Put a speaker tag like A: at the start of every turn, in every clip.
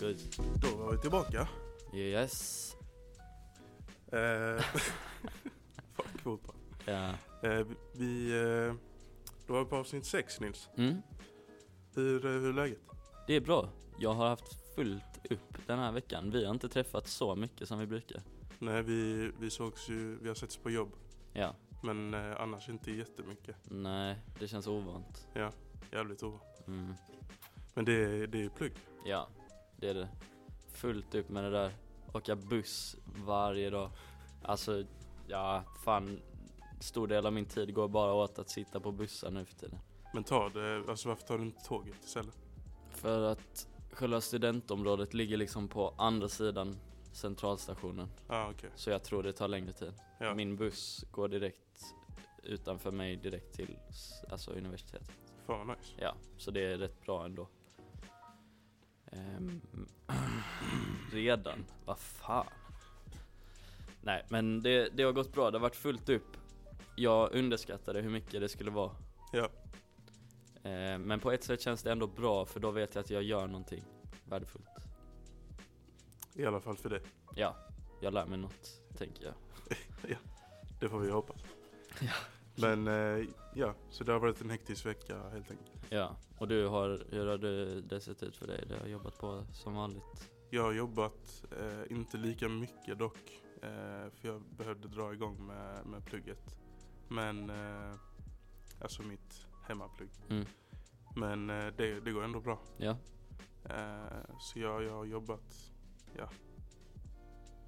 A: Good.
B: Då var vi tillbaka.
A: Yes.
B: Eh, fuck fotboll.
A: Ja.
B: Eh, vi, eh, då var vi på avsnitt sex Nils.
A: Mm.
B: Hur, eh, hur är läget?
A: Det är bra. Jag har haft fullt upp den här veckan. Vi har inte träffat så mycket som vi brukar.
B: Nej, vi, vi sågs ju, vi har setts på jobb.
A: Ja.
B: Men eh, annars inte jättemycket.
A: Nej, det känns ovant.
B: Jävligt ova.
A: Mm.
B: Men det, är- det är ju plugg.
A: Ja, det är det. Fullt upp med det där. Åka buss varje dag. Alltså, ja, fan. Stor del av min tid går bara åt att sitta på bussar nu för tiden.
B: Men ta det, alltså varför tar du inte tåget istället?
A: För att själva studentområdet ligger liksom på andra sidan centralstationen.
B: Ah, okej.
A: Så jag tror det tar längre tid.
B: Ja.
A: Min buss går direkt utanför mig direkt till s- alltså, universitetet.
B: Fan vad nice.
A: Ja, så det är rätt bra ändå. Ehm, redan? Vad fan? Nej, men det, det har gått bra. Det har varit fullt upp. Jag underskattade hur mycket det skulle vara.
B: Ja.
A: Ehm, men på ett sätt känns det ändå bra för då vet jag att jag gör någonting värdefullt.
B: I alla fall för dig.
A: Ja, jag lär mig något, tänker jag.
B: Det får vi hoppas. Men eh, ja, så det har varit en hektisk vecka helt enkelt.
A: Ja, och du har, hur har du, det sett ut för dig? Du har jobbat på som vanligt.
B: Jag har jobbat, eh, inte lika mycket dock, eh, för jag behövde dra igång med, med plugget. Men, eh, alltså mitt hemmaplugg.
A: Mm.
B: Men eh, det, det går ändå bra.
A: Ja,
B: Eh, så jag, jag har jobbat, ja,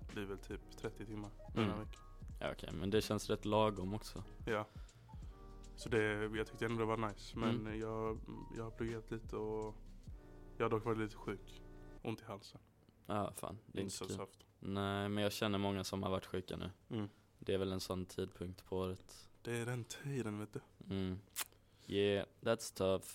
B: det blir väl typ 30 timmar den här
A: Mm.
B: veckan.
A: ja okej, men det känns rätt lagom också.
B: Ja. Så det, jag tyckte ändå det var nice. Men
A: Mm.
B: jag, jag har pluggat lite och jag har dock varit lite sjuk. Ont i halsen.
A: Ja, fan. Det är inte kul.
B: Insatsafton.
A: Nej, men jag känner många som har varit sjuka nu.
B: Mm.
A: Det är väl en sån tidpunkt på året.
B: Det är den tiden vet du.
A: Mm. Yeah, that's tough.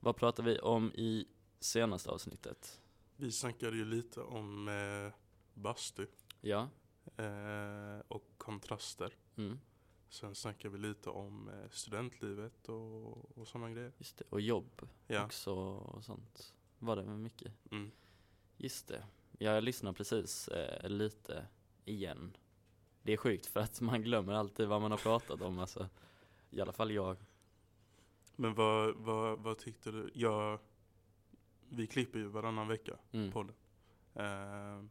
A: Vad pratar vi om i senaste avsnittet?
B: Vi snackade ju lite om eh, bastu
A: Ja,
B: eh, och kontraster.
A: mm,
B: Sen snackade vi lite om eh, studentlivet och, och sådana grejer.
A: just det. Och jobb
B: Ja.
A: också och sånt. Var det mycket?
B: Mm.
A: Just det. Jag lyssnar precis eh, lite igen. Det är sjukt för att man glömmer alltid vad man har pratat om alltså. I alla fall jag.
B: Men vad, vad, vad tyckte du? Jag, vi klipper ju varannan vecka
A: Mm.
B: podden. Eh,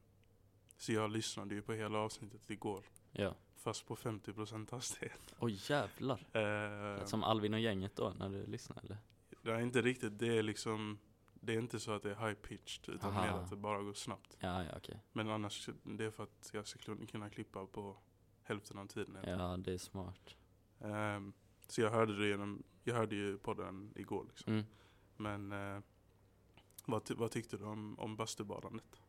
B: så jag lyssnade ju på hela avsnittet igår.
A: Ja.
B: Fast på 50% hastighet.
A: Oj jävlar.
B: Eh,
A: Som Alvin och gänget då när du lyssnar eller?
B: det är inte riktigt, det är liksom Det är inte så att det är high pitched utan
A: Aha.
B: mer att det bara går snabbt.
A: Ja, ja okej.
B: Men annars, det är för att jag ska kun- kunna klippa på hälften av tiden. helt
A: Ja, det är smart.
B: enkelt. Ehm, så jag hörde det genom, jag hörde ju podden igår liksom.
A: Mm.
B: Men eh, vad, ty- vad tyckte du om, om bastubadandet?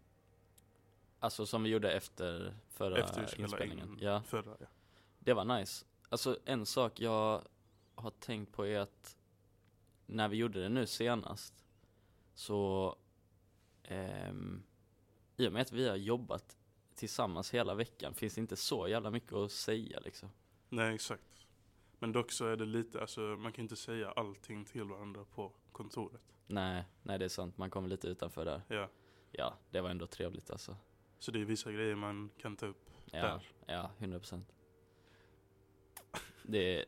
A: Alltså som vi gjorde efter förra
B: Efter vi spelade
A: inspelningen.
B: in
A: Ja,
B: förra, ja.
A: det var nice. Alltså en sak jag har tänkt på är att när vi gjorde det nu senast så ehm, i och med att vi har jobbat tillsammans hela veckan finns det inte så jävla mycket att säga liksom.
B: Nej, exakt. Men dock så är det lite, alltså man kan inte säga allting till varandra på kontoret.
A: Nej, nej det är sant. Man kommer lite utanför där.
B: Ja.
A: Ja, det var ändå trevligt alltså.
B: Så det är vissa grejer man kan ta upp.
A: Ja,
B: Där.
A: ja 100 procent. Det,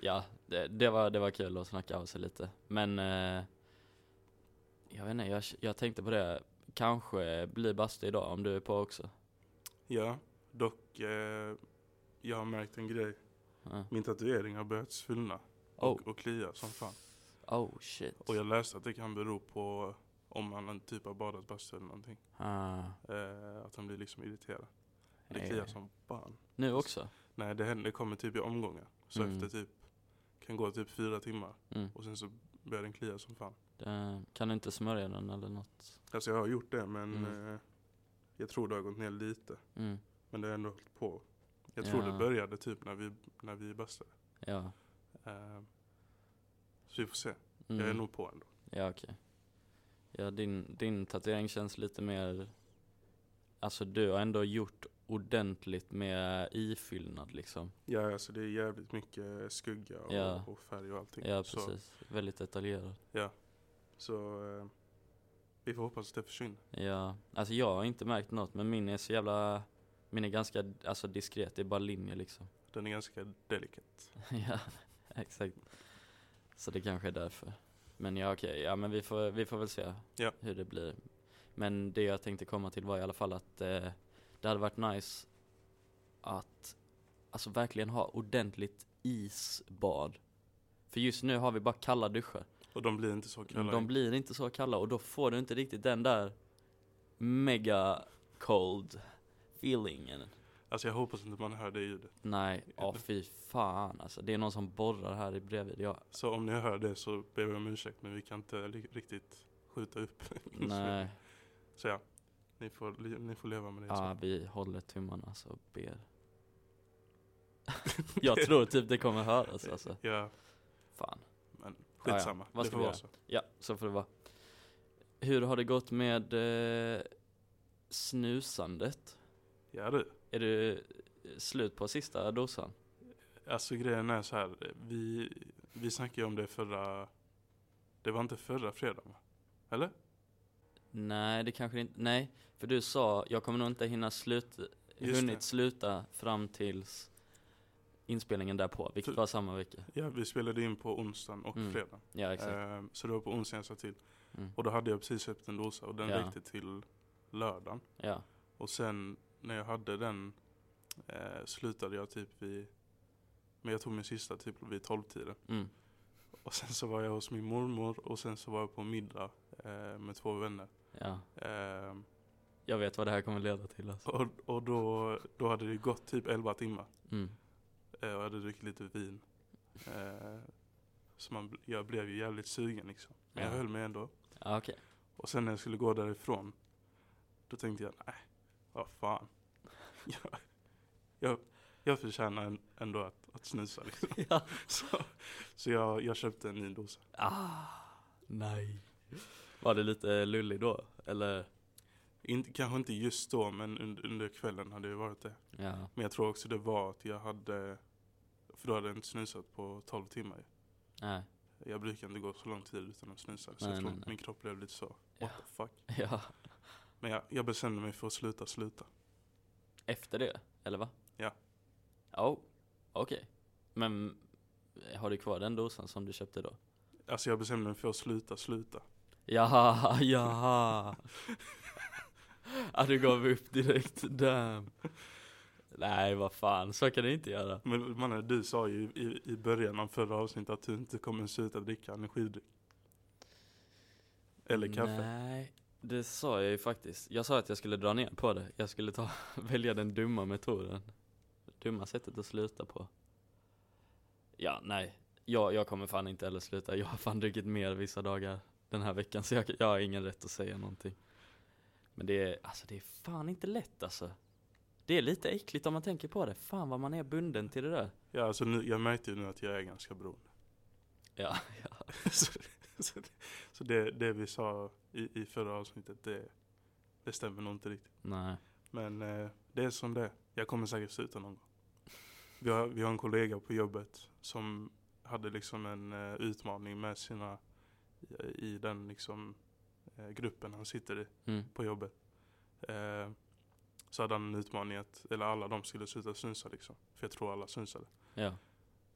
A: ja, det, det, var, det var kul att snacka av sig lite. Men eh, jag vet inte, jag, jag tänkte på det. Kanske blir bastu idag om du är på också.
B: Ja, dock eh, jag har märkt en grej.
A: Ja.
B: Min tatuering har börjat svullna
A: Oh,
B: och, och klia som fan.
A: oh shit.
B: Och jag läste att det kan bero på om man typ har badat bastu eller någonting.
A: Ah,
B: Eh, att han blir liksom irriterad. Det
A: eh,
B: kliar som fan.
A: Nu också?
B: Nej det händer, det kommer typ i omgångar. Så
A: Mm.
B: efter typ, kan gå typ fyra timmar.
A: Mm.
B: Och sen så börjar den klia som fan.
A: Det, kan du inte smörja den eller något?
B: Alltså jag har gjort det men
A: Mm.
B: eh, jag tror det har gått ner lite.
A: Mm.
B: Men det har ändå hållit på. Jag tror
A: Ja.
B: det började typ när vi, när vi bastade.
A: Ja.
B: Eh, så vi får se.
A: Mm.
B: Jag är nog på ändå.
A: Ja okej. Ja din, din tatuering känns lite mer, alltså du har ändå gjort ordentligt med ifyllnad liksom.
B: Ja alltså det är jävligt mycket skugga och,
A: Ja.
B: Typ och färg och allting.
A: Ja
B: så
A: precis, väldigt detaljerad.
B: så eh, Vi får hoppas att det försvinner.
A: Ja, alltså jag har inte märkt något men min är så jävla Min är ganska alltså, diskret, det är bara linjer liksom
B: Den är ganska delikat.
A: Ja, exakt Så det kanske är därför Men ja okej, ja men vi får, vi får väl se
B: Ja.
A: hur det blir Men det jag tänkte komma till var i alla fall att eh, Det hade varit nice att Alltså verkligen ha ordentligt isbad För just nu har vi bara kalla duschar
B: Och de blir inte så kalla.
A: de blir inte så kalla och då får du inte riktigt den där mega cold feelingen.
B: Alltså jag hoppas inte man hör det ljudet.
A: Nej, ja fy fan alltså. Det är någon som borrar här i bredvid. Jag,
B: Så om ni hör det så ber vi om ursäkt men vi kan inte li- riktigt skjuta upp.
A: nej,
B: Så ja, ni får, li- ni får leva med det.
A: ja,
B: så.
A: vi håller tummarna alltså och ber. Jag tror typ det kommer höras alltså.
B: Ja,
A: Fan.
B: men skitsamma.
A: Vad
B: det
A: ska
B: får
A: vi
B: vara
A: göra?
B: så.
A: Ja, så får det vara. Hur har det gått med eh, snusandet?
B: Ja du.
A: Är du eh, slut på sista dosan?
B: Alltså grejen är så här. Vi, vi snackade ju om det förra... Det var inte förra fredagen va? Eller?
A: Nej, det kanske det inte, nej. För du sa, jag kommer nog inte hinna slut,
B: Just
A: hunnit
B: det.
A: sluta fram tills inspelningen därpå, vilket
B: För-
A: var samma vecka.
B: Ja, vi spelade in på onsdagen och
A: Mm,
B: fredagen.
A: Ja, exakt.
B: Eh, så det var på onsdagen jag sa till.
A: Mm.
B: Och då hade jag precis köpt en dosa och den
A: Ja.
B: räckte till lördagen.
A: Ja,
B: Och sen när jag hade den eh, slutade jag typ vid, men jag tog min sista typ vid tolvtiden.
A: mm.
B: Och sen så var jag hos min mormor och sen så var jag på middag eh, med två vänner.
A: ja.
B: Eh,
A: Jag vet vad det här kommer leda till alltså.
B: och och då, då hade det gått typ 11 timmar
A: Mm.
B: eh, och jag hade druckit lite vin. Eh, så man, bl- jag blev ju jävligt sugen liksom. Men jag
A: Ja.
B: höll mig ändå.
A: Ja, okej.
B: Och sen när jag skulle gå därifrån, då tänkte jag, nej, vad fan. Jag, jag, jag förtjänar en- ändå att, att snusa liksom.
A: Ja.
B: Så, så jag, jag köpte en ny dosa.
A: Ah, nej. Var det lite lullig då? Eller?
B: Inte, kanske inte just då, men under, under kvällen hade det varit det.
A: Ja,
B: Men jag tror också det var att jag hade, för då hade jag inte snusat på 12 timmar. ju.
A: nej.
B: Jag brukar inte gå så lång tid utan att snusa, så
A: Nej,
B: jag tror
A: nej, nej.
B: min kropp blev lite så, what
A: Ja.
B: the fuck.
A: Ja.
B: Men jag, jag bestämde mig för att sluta sluta.
A: Efter det, eller va?
B: Ja.
A: Oh, okej. Men har du kvar den dosan som du köpte då?
B: Alltså jag bestämde mig för att sluta sluta.
A: Jaha, jaha. Ja du gav upp direkt, damn. Nej vad fan, så kan du inte göra.
B: Men mannen, du sa ju i, i början av förra avsnittet att du inte kommer sluta dricka energidryck. Eller kaffe.
A: Nej, det sa jag ju faktiskt. Jag sa att jag skulle dra ner på det. Jag skulle ta, välja den dumma metoden. Dumma sättet att sluta på. Ja, nej. Jag, jag kommer fan inte heller sluta. Jag har fan druckit mer vissa dagar den här veckan så jag, jag har ingen rätt att säga någonting. Men det är, alltså det är fan inte lätt alltså. Det är lite äckligt om man tänker på det. Fan vad man är bunden till det där.
B: Ja, alltså nu, jag märkte ju nu att jag är ganska beroende.
A: Ja, ja.
B: så så, det, så det, det vi sa i, i förra avsnittet, det, det stämmer nog inte riktigt.
A: Nej.
B: Men eh, det är som det är. Jag kommer säkert sluta någon gång. Vi har, vi har en kollega på jobbet som hade liksom en eh, utmaning med sina, i, i den liksom eh, gruppen han sitter i.
A: Mm.
B: på jobbet. Eh, så hade han en utmaning att, eller alla de skulle sluta snusa liksom. För jag tror alla snusade.
A: Ja.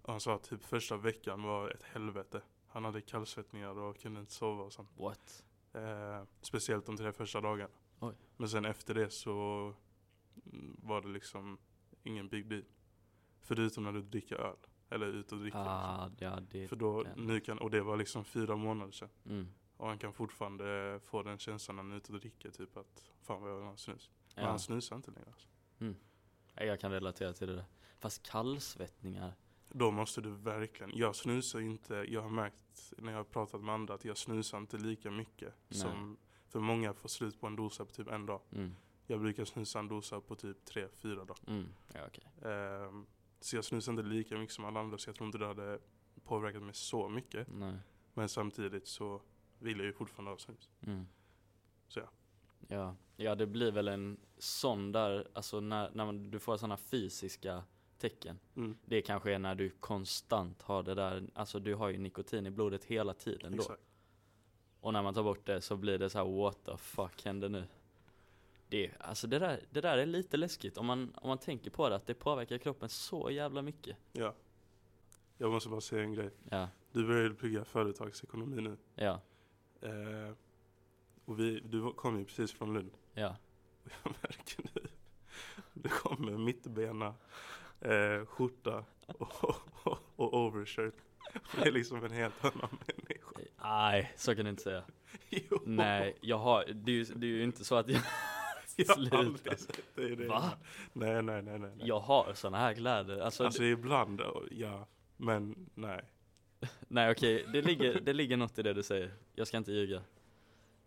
B: Och han sa att typ första veckan var ett helvete. Han hade kallsvettningar och kunde inte sova och sånt.
A: What?
B: Eh, speciellt de tre första dagarna.
A: Oj.
B: Men sen efter det så mm, var det liksom ingen big deal. Förutom när du dricker öl. Eller ut och dricker.
A: Ah, ja det.
B: liksom. För då,
A: den.
B: nu kan, och det var liksom fyra månader sedan.
A: Mm.
B: Och han kan fortfarande få den känslan när han är ute och dricker. Typ att fan vad jag vill ha en snus. Men
A: Ja.
B: han snusar inte längre. Alltså.
A: Nej, Jag kan relatera till det där. Fast kallsvettningar.
B: Då måste du verkligen, jag snusar inte, jag har märkt när jag har pratat med andra att jag snusar inte lika mycket.
A: Nej.
B: Som, för många får slut på en dosa på typ en dag.
A: Mm.
B: Jag brukar snusa en dosa på typ tre, fyra dagar.
A: Mm. Ja, okej.
B: Ehm, så jag snusar inte lika mycket som alla andra så jag tror inte det hade påverkat mig så mycket.
A: Nej.
B: Men samtidigt så vill jag ju fortfarande ha snus.
A: Mm.
B: Så ja.
A: Ja. ja, det blir väl en sån där, alltså när, när man, du får sådana fysiska tecken.
B: Mm,
A: Det kanske är när du konstant har det där, alltså du har ju nikotin i blodet hela tiden då.
B: exakt.
A: Och när man tar bort det så blir det så här what the fuck händer nu? Det, alltså det, där, det där är lite läskigt om man, om man tänker på det, att det påverkar kroppen så jävla mycket.
B: Ja. Jag måste bara säga en grej.
A: Ja,
B: Du började plugga företagsekonomi nu.
A: ja,
B: Eh, och vi, du kom ju precis från Lund.
A: ja.
B: Jag märker nu. Du kom med mittbena, eh, skjorta och, och, och overshirt. Det är liksom en helt annan människa.
A: Nej, så kan du inte säga.
B: Jo,
A: Nej, jag har, det är ju, det är ju inte så att jag,
B: jag har aldrig
A: sluta.
B: sett dig i det.
A: Va?
B: Nej, nej, nej, nej. nej.
A: jag har såna här kläder. Alltså,
B: alltså ibland, ja. Men nej.
A: Nej okej, det, ligger, det ligger något i det du säger. Jag ska inte ljuga.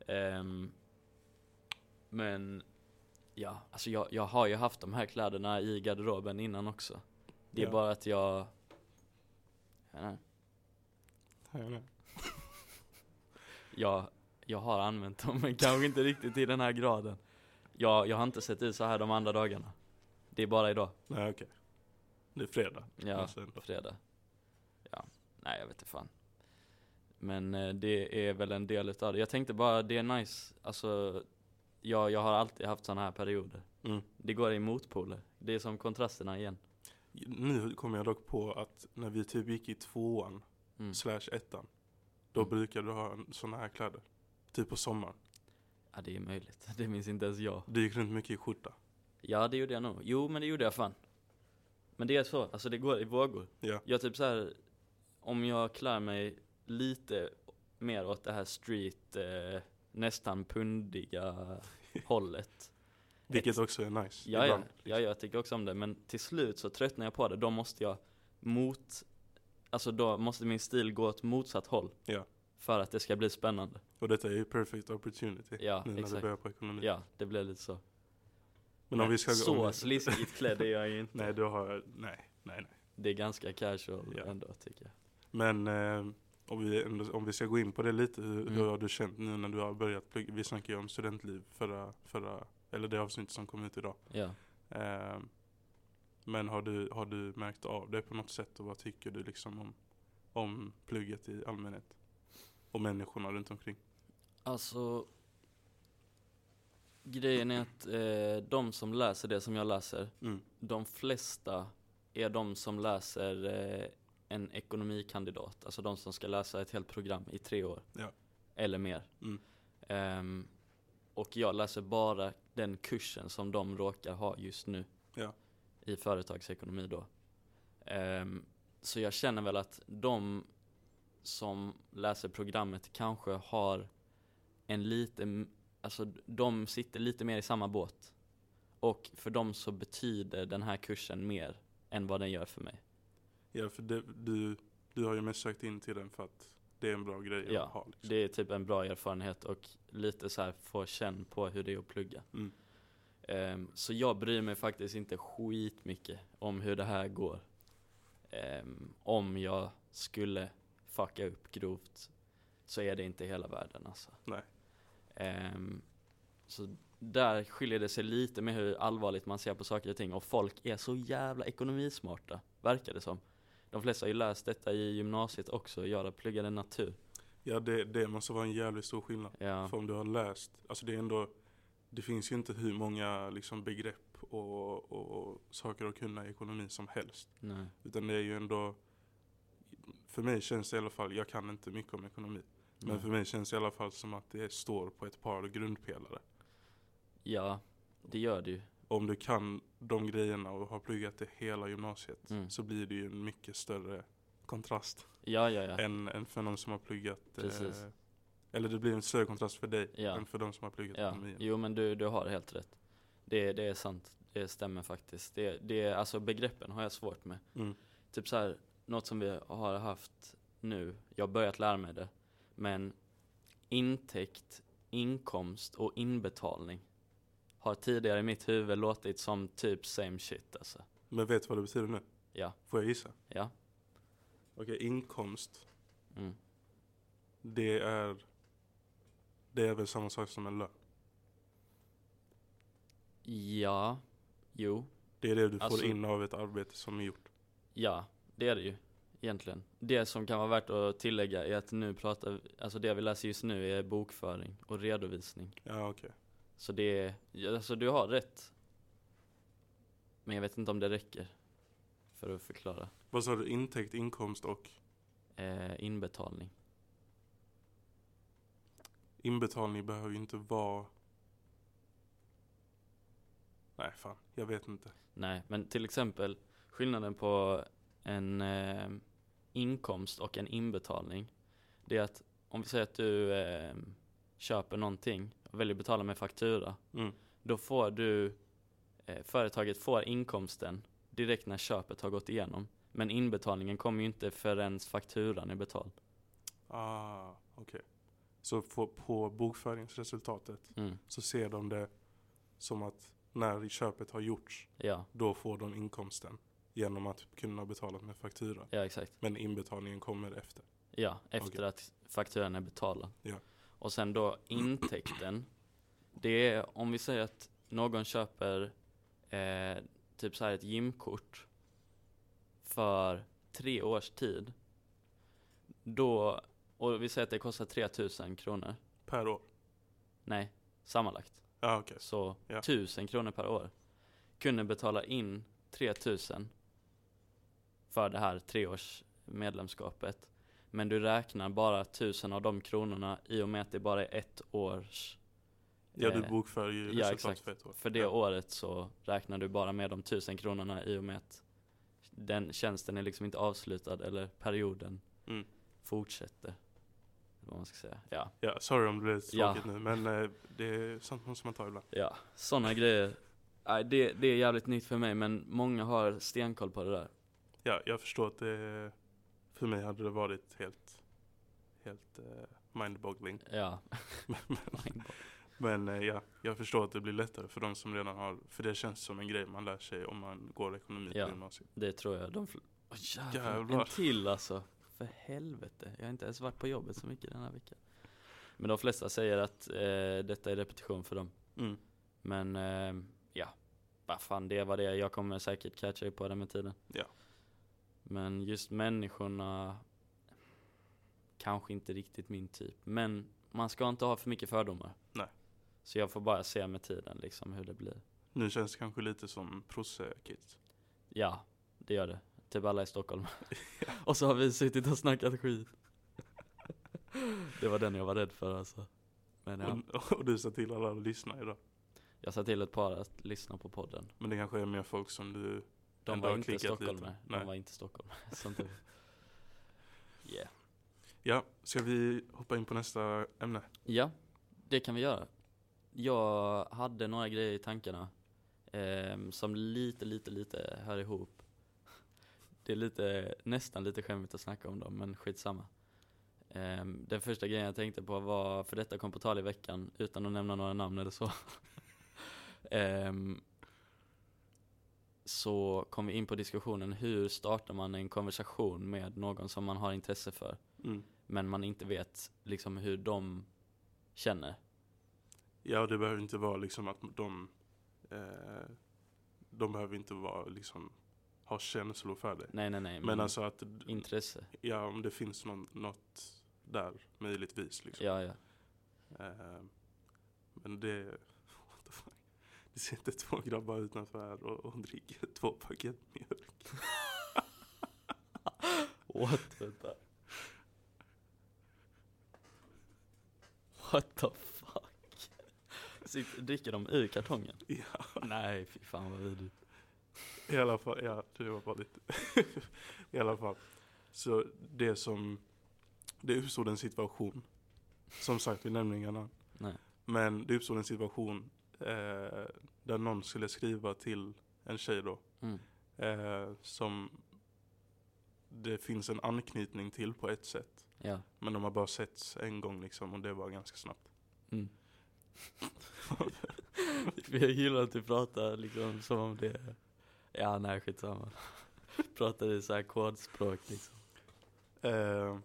A: Ehm, men ja, alltså jag, jag har ju haft de här kläderna i garderoben innan också. Det är
B: Ja.
A: bara att jag... Jag, vet inte,
B: nej, nej.
A: jag, jag har använt dem men kanske inte riktigt i den här graden. Jag, jag har inte sett ut så här de andra dagarna. Det är bara idag.
B: Nej, okej. Det är fredag.
A: Ja.
B: Alltså ändå.
A: fredag. Ja, nej jag vet inte fan. Men eh, det är väl en del utav det. Jag tänkte bara, det är nice. Alltså, jag, jag har alltid haft sådana här perioder.
B: Mm.
A: Det går i motpoler. Det är som kontrasterna igen.
B: Nu kommer jag dock på att när vi typ gick i tvåan
A: Mm.
B: slash ettan. Då
A: Mm.
B: brukade du ha en- såna här kläder. Typ på sommaren.
A: Ja, det är möjligt. Det minns inte ens jag.
B: Du gick runt mycket i skjorta.
A: Ja, det gjorde jag nog. Jo, men det gjorde jag fan. Men det är så, alltså det går i vågor.
B: Ja.
A: Jag typ så här, om jag klär mig lite mer åt det här street, eh, nästan pundiga hållet.
B: Vilket också är nice.
A: Ja, ja,
B: ibland. liksom.
A: ja, jag tycker också om det. Men till slut så tröttnar jag på det. Då måste jag mot, alltså då måste min stil gå åt motsatt håll.
B: Ja.
A: För att det ska bli spännande.
B: Och detta är ju perfect opportunity.
A: Ja,
B: nu när du
A: exakt.
B: börjar på ekonomi.
A: Ja, det blir lite så.
B: Men om vi ska
A: så
B: om vi-
A: sliskigt klädd är jag ju inte.
B: Nej, du har... Nej, nej, nej.
A: Det är ganska casual
B: Ja.
A: ändå tycker jag.
B: Men eh, om, vi, ändå- om vi ska gå in på det lite. Hur,
A: Mm.
B: hur har du känt nu när du har börjat plugga? Vi snackade ju om studentliv förra, förra... Eller det avsnittet som kom ut idag.
A: Ja.
B: Ehm, men har du, har du märkt av det på något sätt och vad tycker du liksom om, om plugget i allmänhet? Och människorna runt omkring?
A: Alltså, grejen är att eh, de som läser det som jag läser,
B: Mm.
A: de flesta är de som läser eh, en ekonomikandidat, alltså de som ska läsa ett helt program i tre år
B: Ja.
A: eller mer.
B: Mm.
A: Ehm, och jag läser bara den kursen som de råkar ha just nu
B: Ja.
A: i företagsekonomi då. Ehm, så jag känner väl att de som läser programmet kanske har en lite, m- alltså de sitter lite mer i samma båt. Och för dem så betyder den här kursen mer än vad den gör för mig.
B: Ja, för det, du, du har ju mest sökt in till den för att det är en bra grej
A: Ja,
B: att ha. Liksom.
A: Det är typ en bra erfarenhet och lite så här få känn på hur det är att plugga.
B: Mm.
A: Ehm, så jag bryr mig faktiskt inte skitmycket om hur det här går. Ehm, om jag skulle fucka upp grovt så är det inte hela världen alltså.
B: Nej.
A: Ehm, så där skiljer det sig lite med hur allvarligt man ser på saker och ting och folk är så jävla ekonomismarta, verkar det som. De flesta har ju läst detta i gymnasiet också, jag pluggade natur.
B: Ja, det, det måste vara en jävligt stor skillnad.
A: Ja.
B: För om du har läst, alltså det är ändå, det finns ju inte hur många liksom begrepp och, och saker att kunna i ekonomi som helst.
A: Nej.
B: Utan det är ju ändå, för mig känns det i alla fall, jag kan inte mycket om ekonomi. Men
A: Nej.
B: för mig känns det i alla fall som att det står på ett par grundpelare.
A: Ja, det gör det ju.
B: Om du kan de grejerna och har pluggat det hela gymnasiet
A: Mm.
B: så blir det ju en mycket större kontrast
A: Ja, ja, ja.
B: än, än för någon som har pluggat.
A: Precis.
B: Eh, eller det blir en större kontrast för dig
A: Ja.
B: än för de som har pluggat
A: ja.
B: ekonomi.
A: Jo, men du, du har helt rätt. Det, det är sant. Det stämmer faktiskt. Det, det, alltså begreppen har jag svårt med.
B: Mm.
A: Typ så här, något som vi har haft nu, jag har börjat lära mig det, men intäkt, inkomst och inbetalning har tidigare i mitt huvud låtit som typ same shit alltså.
B: Men vet du vad det betyder nu?
A: Ja.
B: Får jag gissa?
A: Ja.
B: Okej, inkomst,
A: Mm.
B: det är, det är väl samma sak som en lön?
A: Ja, jo,
B: Det är det du
A: Alltså-
B: får in av ett arbete som är gjort.
A: ja, det är det ju. egentligen. Det som kan vara värt att tillägga är att nu pratar, vi- alltså det vi läser just nu är bokföring och redovisning.
B: Ja, okej.
A: Så det är, ja, alltså du har rätt. Men jag vet inte om det räcker för att förklara.
B: Vad sa du? Intäkt, inkomst och
A: Eh, inbetalning.
B: inbetalning behöver ju inte vara... Nej, fan. Jag vet inte.
A: Nej, men till exempel skillnaden på en eh, inkomst och en inbetalning. Det är att om vi säger att du eh, köper någonting och väljer att betala med faktura.
B: Mm.
A: Då får du, eh, företaget får inkomsten direkt när köpet har gått igenom. Men inbetalningen kommer ju inte förrän fakturan är betald.
B: Ah, okej. Så på, på bokföringsresultatet
A: Mm.
B: så ser de det som att när köpet har gjorts,
A: Ja,
B: då får de inkomsten genom att kunna betala med faktura.
A: ja exakt.
B: Men inbetalningen kommer efter.
A: Ja, efter
B: Okej.
A: att fakturan är betalad.
B: Ja.
A: Och sen då intäkten. Det är om vi säger att någon köper eh, typ så här ett gymkort för tre års tid. Då, och vi säger att det kostar 3000 kronor.
B: Per år.
A: Nej, sammanlagt.
B: Ja, ah, okej.
A: Så
B: Ja.
A: 1000 kronor per år. Kunde betala in 3000 för det här treårs medlemskapet. Men du räknar bara 1000 av de kronorna i och med att det bara är ett års.
B: Ja, du
A: eh,
B: bokför ju
A: ja,
B: resultatet
A: exakt.
B: för ett år.
A: För det
B: ja.
A: året så räknar du bara med de 1000 kronorna i och med att den tjänsten är liksom inte avslutad eller perioden
B: Mm.
A: fortsätter. Eller vad man ska säga. Ja,
B: Ja, sorry om det blev
A: Ja.
B: tråkigt nu, men eh, det är sånt måste man ta ibland.
A: ja. Sådana grejer. Nej, det, det är jävligt nytt för mig men många har stenkoll på det där.
B: Ja, jag förstår att det, för mig hade det varit helt, helt eh, mindboggling.
A: Ja.
B: Men eh, ja, jag förstår att det blir lättare för de som redan har, för det känns som en grej man lär sig om man går ekonomi
A: Ja.
B: på gymnasiet.
A: Det tror jag. De fl- Åh, jävlar.
B: Jävlar.
A: En till alltså. För helvete. Jag har inte ens varit på jobbet så mycket den här veckan. Men de flesta säger att eh, detta är repetition för dem.
B: Mm.
A: Men eh, ja, vad fan det var det. är. Jag kommer säkert catcha upp på det med tiden.
B: Ja.
A: Men just människorna kanske inte riktigt min typ. Men man ska inte ha för mycket fördomar.
B: Nej.
A: Så jag får bara se med tiden liksom hur det blir.
B: Nu känns det kanske lite som prosse-kids.
A: Ja, det gör det. Typ alla i Stockholm. och så har vi suttit och snackat skit. det var den jag var rädd för alltså. Men ja,
B: Och, och du sa till alla att lyssna idag.
A: jag sa till ett par att lyssna på podden.
B: Men det kanske är mer folk som du,
A: De
B: Ändå har
A: var inte
B: klickat
A: stockholmare.
B: lite.
A: De
B: Nej.
A: var inte stockholmare. som tur. Yeah.
B: ja, ska vi hoppa in på nästa ämne?
A: Ja, det kan vi göra. Jag hade några grejer i tankarna ehm, som lite, lite, lite hör ihop. Det är lite, nästan lite skämmigt att snacka om dem, men skitsamma. Um, den första grejen jag tänkte på var, för detta kom på tal i veckan, utan att nämna några namn eller så. Ehm, så kom vi in på diskussionen, hur startar man en konversation med någon som man har intresse för?
B: Mm.
A: men man inte vet liksom hur de känner.
B: Ja, det behöver inte vara liksom att de, eh, de behöver inte vara liksom, ha känslor för det.
A: Nej, nej, nej.
B: Men alltså att,
A: intresse.
B: ja om det finns någon, något där möjligtvis liksom.
A: Ja, ja.
B: Eh, men det, what the fuck. Det sitter två grabbar utanför här och, och dricker två paket mjölk.
A: What? Vänta. What the fuck? Sitter, dricker de ur kartongen?
B: Ja,
A: Nej, fy fan vad vidrigt.
B: i alla fall, ja det var bara lite. I alla fall. Så det som, det uppstod en situation. Som sagt, vi nämner inga namn.
A: Nej.
B: Men det uppstod en situation eh, där någon skulle skriva till en tjej då.
A: Mm.
B: eh, som det finns en anknytning till på ett sätt.
A: Ja.
B: Men de har bara setts en gång liksom och det var ganska snabbt.
A: Mm. Jag gillar att du pratar liksom som om det... Ja, nej, skitsamma. Pratar i så här kodspråk liksom.
B: Eh,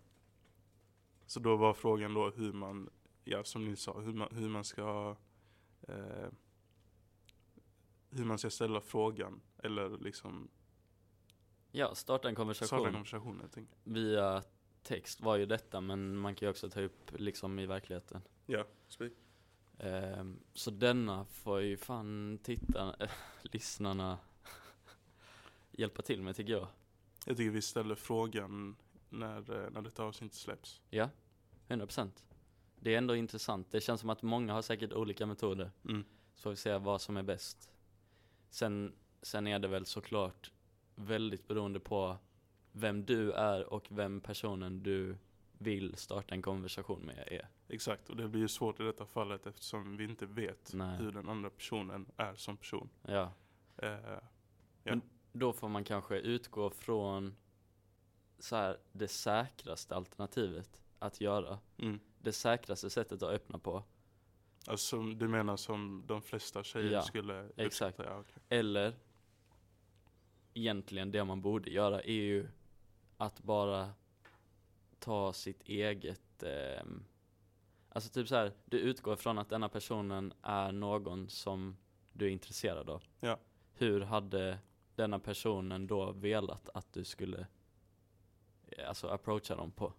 B: så då var frågan då hur man, ja som ni sa, hur man, hur man ska eh, hur man ska ställa frågan eller liksom
A: Ja, starta en
B: Starta en
A: konversation
B: konversation helt enkelt.
A: via text var ju detta, men man kan ju också ta upp liksom i verkligheten.
B: Ja, speak.
A: Ehm, så denna får ju fan tittarna, äh, lyssnarna hjälpa till med tycker jag.
B: Jag tycker vi ställer frågan när, eh, när detta avsnitt släpps.
A: Ja, 100%. Det är ändå intressant. Det känns som att många har säkert olika metoder.
B: Mm.
A: Så får vi se vad som är bäst. Sen, sen är det väl såklart väldigt beroende på vem du är och vem personen du vill starta en konversation med är.
B: Exakt, och det blir ju svårt i detta fallet eftersom vi inte vet
A: Nej.
B: hur den andra personen är som person.
A: Ja.
B: Eh,
A: Då får man kanske utgå från så här, det säkraste alternativet att göra.
B: mm.
A: Det säkraste sättet att öppna på.
B: Alltså som- du menar som de flesta tjejer
A: Ja,
B: skulle
A: exakt.
B: uppskatta? Ja, okej.
A: Eller egentligen det man borde göra är ju att bara ta sitt eget ehm, Alltså typ så här, du utgår från att denna personen är någon som du är intresserad av.
B: Ja.
A: Hur hade denna personen då velat att du skulle eh, alltså approacha dem på?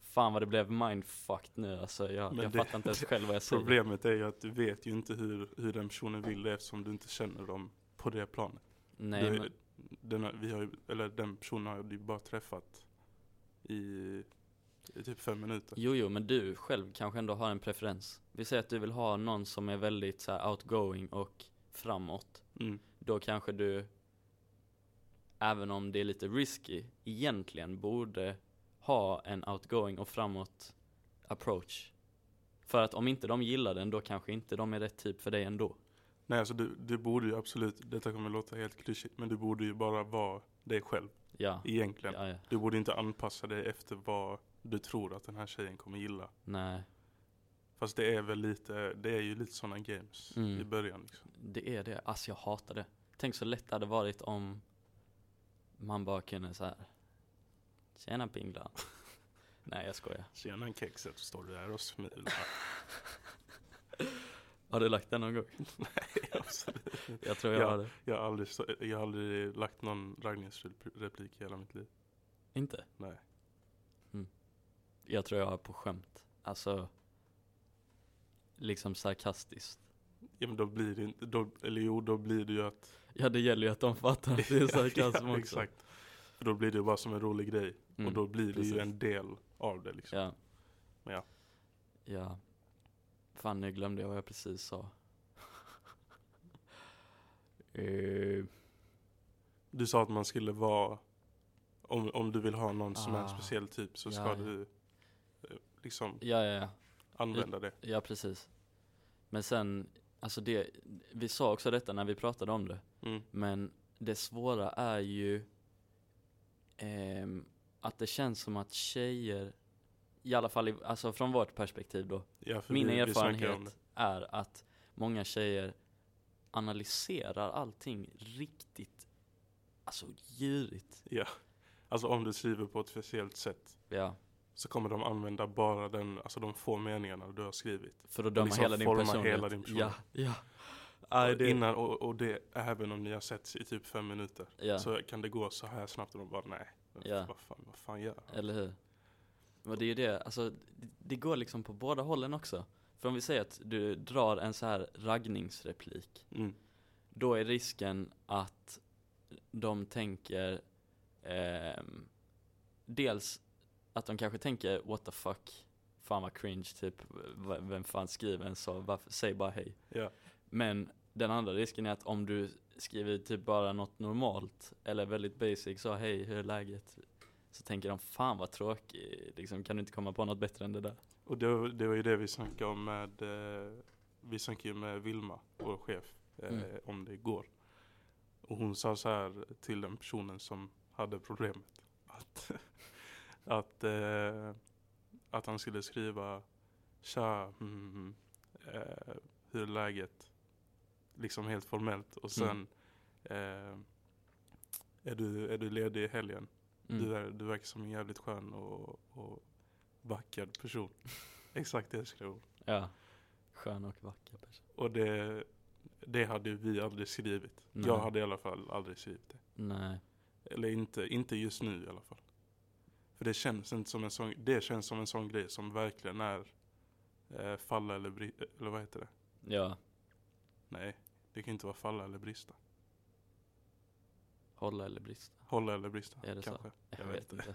A: Fan vad det blev mindfucked nu alltså, jag,
B: Men
A: jag
B: det-
A: fattar inte ens själv vad jag säger.
B: Problemet är ju att du vet ju inte hur, hur den personen vill det eftersom du inte känner dem på det planet.
A: Nej,
B: du,
A: men,
B: den, har- vi har, ju- eller den personen har du ju bara träffat i, i typ fem minuter.
A: Jo, jo, men du själv kanske ändå har en preferens. Vi säger att du vill ha någon som är väldigt så här, outgoing och framåt.
B: Mm.
A: Då kanske du, även om det är lite risky, egentligen borde ha en outgoing och framåt approach. För att om inte de gillar den, då kanske inte de är rätt typ för dig ändå.
B: Nej alltså du, du borde ju absolut, detta kommer låta helt klyschigt, men du borde ju bara vara dig själv
A: Ja,
B: egentligen.
A: ja, ja.
B: Du borde inte anpassa dig efter vad du tror att den här tjejen kommer gilla.
A: nej.
B: Fast det är väl lite, det är ju lite sådana games
A: Mm.
B: i början liksom.
A: Det är det. Alltså jag hatar det. Tänk så lätt det hade varit om man bara kunde så här. Tjena pinglan. Nej jag skojar.
B: Tjena en kexet, så står du där och smilar.
A: Har du lagt den någon gång?
B: Absolut.
A: Jag tror jag
B: Ja.
A: har det.
B: jag, har aldrig, stå- jag har aldrig lagt någon raggningsreplik i hela mitt liv.
A: Inte?
B: Nej.
A: Jag tror jag har på skämt. Alltså. Liksom sarkastiskt.
B: Ja men då blir det inte, då, eller jo då blir det ju att
A: Ja det gäller ju att de fattar att det är sarkasm
B: Ja,
A: också.
B: Exakt. För då blir det ju bara som en rolig grej.
A: Mm.
B: och då blir det
A: precis.
B: ju en del av det liksom.
A: Ja.
B: Men ja.
A: Ja. Fan, nu glömde jag vad jag precis sa. Eh,
B: Du sa att man skulle vara, om, om du vill ha någon som är en
A: Ah.
B: speciell typ så
A: Ja,
B: ska
A: ja.
B: du eh, liksom
A: ja, ja, ja.
B: använda det.
A: Ja precis. Men sen, alltså det, vi sa också detta när vi pratade om det.
B: Mm.
A: Men det svåra är ju ehm, att det känns som att tjejer, i alla fall i, alltså från vårt perspektiv då,
B: Ja, för
A: min
B: vi- vi snackade om det.
A: erfarenhet är att många tjejer analyserar allting riktigt, alltså girigt.
B: Alltså om du skriver på ett speciellt sätt
A: Ja,
B: så kommer de använda bara den, alltså de få meningarna du har skrivit.
A: för att döma
B: Liksom
A: hela, din
B: forma
A: personlighet.
B: hela din personlighet.
A: Ja, ja. Nej, det,
B: Innan, och, och det även om ni har sett i typ fem minuter.
A: ja.
B: Så kan det gå så här snabbt och de bara nej.
A: Ja.
B: Vad fan, vad fan gör han?
A: Eller hur? Och det är ju det, alltså det- det går liksom på båda hållen också. För om vi säger att du drar en så här raggningsreplik,
B: Mm.
A: då är risken att de tänker ehm, dels att de kanske tänker what the fuck, fan vad cringe typ, V- vem fan skriver en så, varför, säg bara hej.
B: Ja.
A: Men den andra risken är att om du skriver typ bara något normalt eller väldigt basic, så hej hur är läget? Så tänker de fan vad tråkig, liksom, kan du inte komma på något bättre än det där?
B: Och det var, det var ju det vi snackade om med, eh, vi snackade ju med Vilma, vår chef, eh,
A: Mm.
B: om det igår. Och hon sa så här till den personen som hade problemet. Att, att, eh, att han skulle skriva Tja, mm, eh, hur är läget? Liksom helt formellt. Och sen eh, är, du, är du ledig i helgen?
A: Mm.
B: Du, är, du verkar som en jävligt skön och, och vacker person. Exakt det skrev hon.
A: Ja. Skön och vacker person.
B: Och det, det hade ju vi aldrig skrivit.
A: Nej.
B: Jag hade i alla fall aldrig skrivit det.
A: Nej.
B: Eller inte, inte just nu i alla fall. För det känns inte som en sån, det känns som en sån grej som verkligen är eh, falla eller brista, eller vad heter det?
A: Ja,
B: Nej, det kan inte vara falla eller brista.
A: hålla eller brista.
B: Hålla eller brista,
A: Är det så?
B: kanske.
A: Jag,
B: Jag
A: vet,
B: vet
A: inte.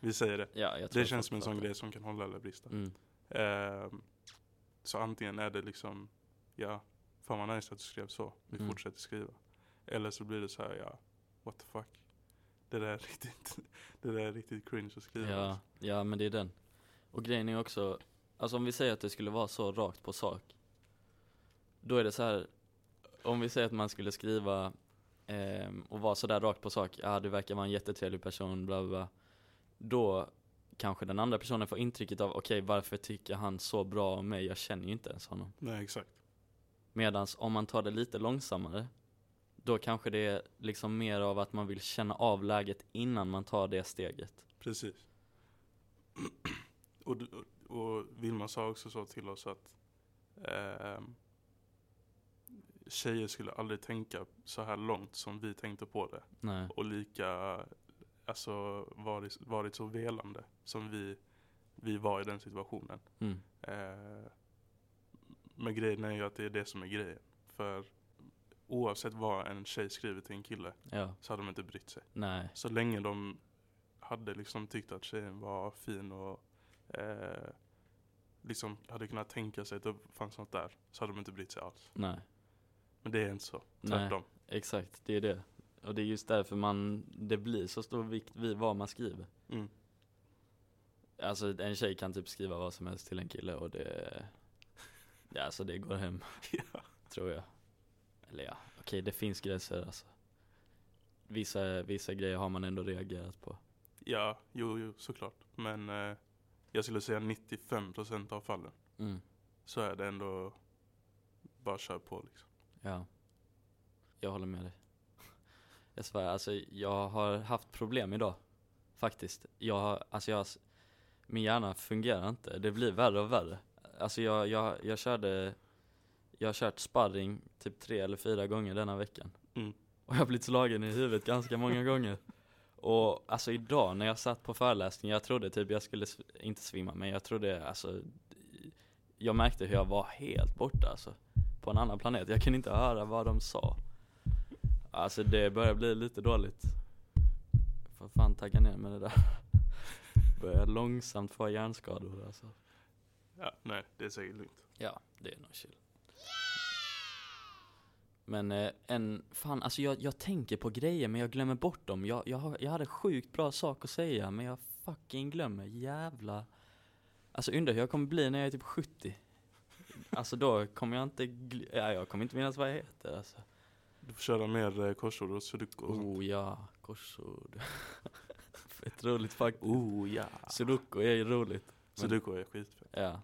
B: Vi säger det.
A: Ja, jag tror
B: Det
A: jag
B: känns som en
A: fattar.
B: sån grej som kan hålla eller brista.
A: Mm.
B: Ehm, så antingen är det liksom, ja, fan vad nice att du skrev så, vi
A: Mm.
B: fortsätter skriva. Eller så blir det så här, ja, what the fuck. Det där är riktigt, det där är riktigt cringe att skriva.
A: Ja, ja men det är den. Och grejen är också, alltså om vi säger att det skulle vara så rakt på sak. Då är det så här, om vi säger att man skulle skriva ehm, och vara sådär rakt på sak, ja du verkar vara en jättetrevlig person, bla bla bla. Då kanske den andra personen får intrycket av, okej varför tycker han så bra om mig, jag känner ju inte ens honom.
B: Nej, exakt.
A: Medans om man tar det lite långsammare, då kanske det är liksom mer av att man vill känna av läget innan man tar det steget.
B: Precis. och, du- och Vilma sa också så till oss att ehm, tjejer skulle aldrig tänka så här långt som vi tänkte på det.
A: Nej,
B: och lika alltså, varit, varit så velande som vi, vi var i den situationen.
A: mm.
B: Eh, men grejen är ju att det är det som är grejen. För oavsett vad en tjej skriver till en kille
A: ja,
B: så hade de inte brytt sig.
A: nej.
B: Så länge de hade liksom tyckt att tjejen var fin och eh, liksom hade kunnat tänka sig att det fanns något där så hade de inte brytt sig alls.
A: Nej,
B: Men det är inte så.
A: Nej.
B: Tvärtom.
A: exakt, det är det. Och det är just därför man, det blir så stor vikt vid vad man skriver.
B: Mm.
A: Alltså en tjej kan typ skriva vad som helst till en kille och det, ja alltså det går hem,
B: ja.
A: tror jag. Eller ja, okej det finns gränser alltså. Vissa, vissa grejer har man ändå reagerat på.
B: Ja, jo, jo såklart. Men eh, jag skulle säga 95% av fallen
A: Mm.
B: så är det ändå bara kör på liksom.
A: Ja, jag håller med dig. Jag svär, alltså jag har haft problem idag. Faktiskt. Jag har, alltså jag, min hjärna fungerar inte. Det blir värre och värre. Alltså jag, jag, jag körde, jag har kört sparring typ tre eller fyra gånger denna veckan.
B: Mm.
A: Och jag har blivit slagen i huvudet ganska många gånger. Och alltså idag när jag satt på föreläsningen, jag trodde typ jag skulle, sv- inte svimma, men jag trodde alltså, jag märkte hur jag var helt borta alltså på en annan planet. Jag kunde inte höra vad de sa. Alltså det börjar bli lite dåligt. Får fan tagga ner med det där. Börjar långsamt få hjärnskador alltså.
B: Ja, nej, det är säkert lugnt.
A: Ja, det är nog chill. Men eh, en, fan alltså jag, jag tänker på grejer men jag glömmer bort dem. Jag, jag, har- jag hade sjukt bra sak att säga men jag fucking glömmer. Jävla. Alltså undrar hur jag kommer bli när jag är typ 70. Alltså då kommer jag inte, gl- ja, jag kommer inte minnas vad jag heter alltså.
B: Du får köra mer eh, korsord och sudoku och sånt.
A: Oh ja, korsord. Ett roligt faktiskt.
B: Oh ja.
A: Sudoku är ju roligt.
B: Sudoku är skitfett.
A: Ja.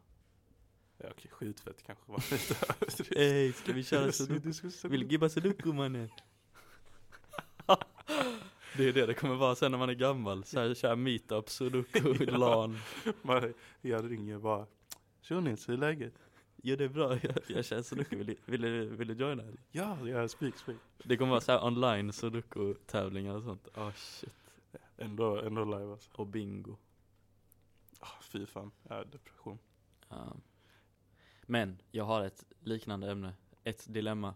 B: Ja, okej, skitfett kanske var lite överdrivet.
A: Ey, ska vi Eh, köra sudoku?
B: Du ska sudoku.
A: Vill gibba sudoku mannen? det är det det kommer vara sen när man är gammal. Så här, köra meetup, sudoku,
B: Ja.
A: lan.
B: Man- Jag ringer bara. Tjo Nils, hur är läget?
A: Ja det är bra, jag, jag kör sudoku. Vill, du- vill, du- vill du joina? eller?
B: Ja, jag är spik, spik.
A: Det kommer vara så här online sudoku-tävlingar och sånt. Ah shit.
B: Ändå, ändå live alltså.
A: Och bingo.
B: Ah, fy fan, jag är depression.
A: Ja. Men jag har ett liknande ämne, ett dilemma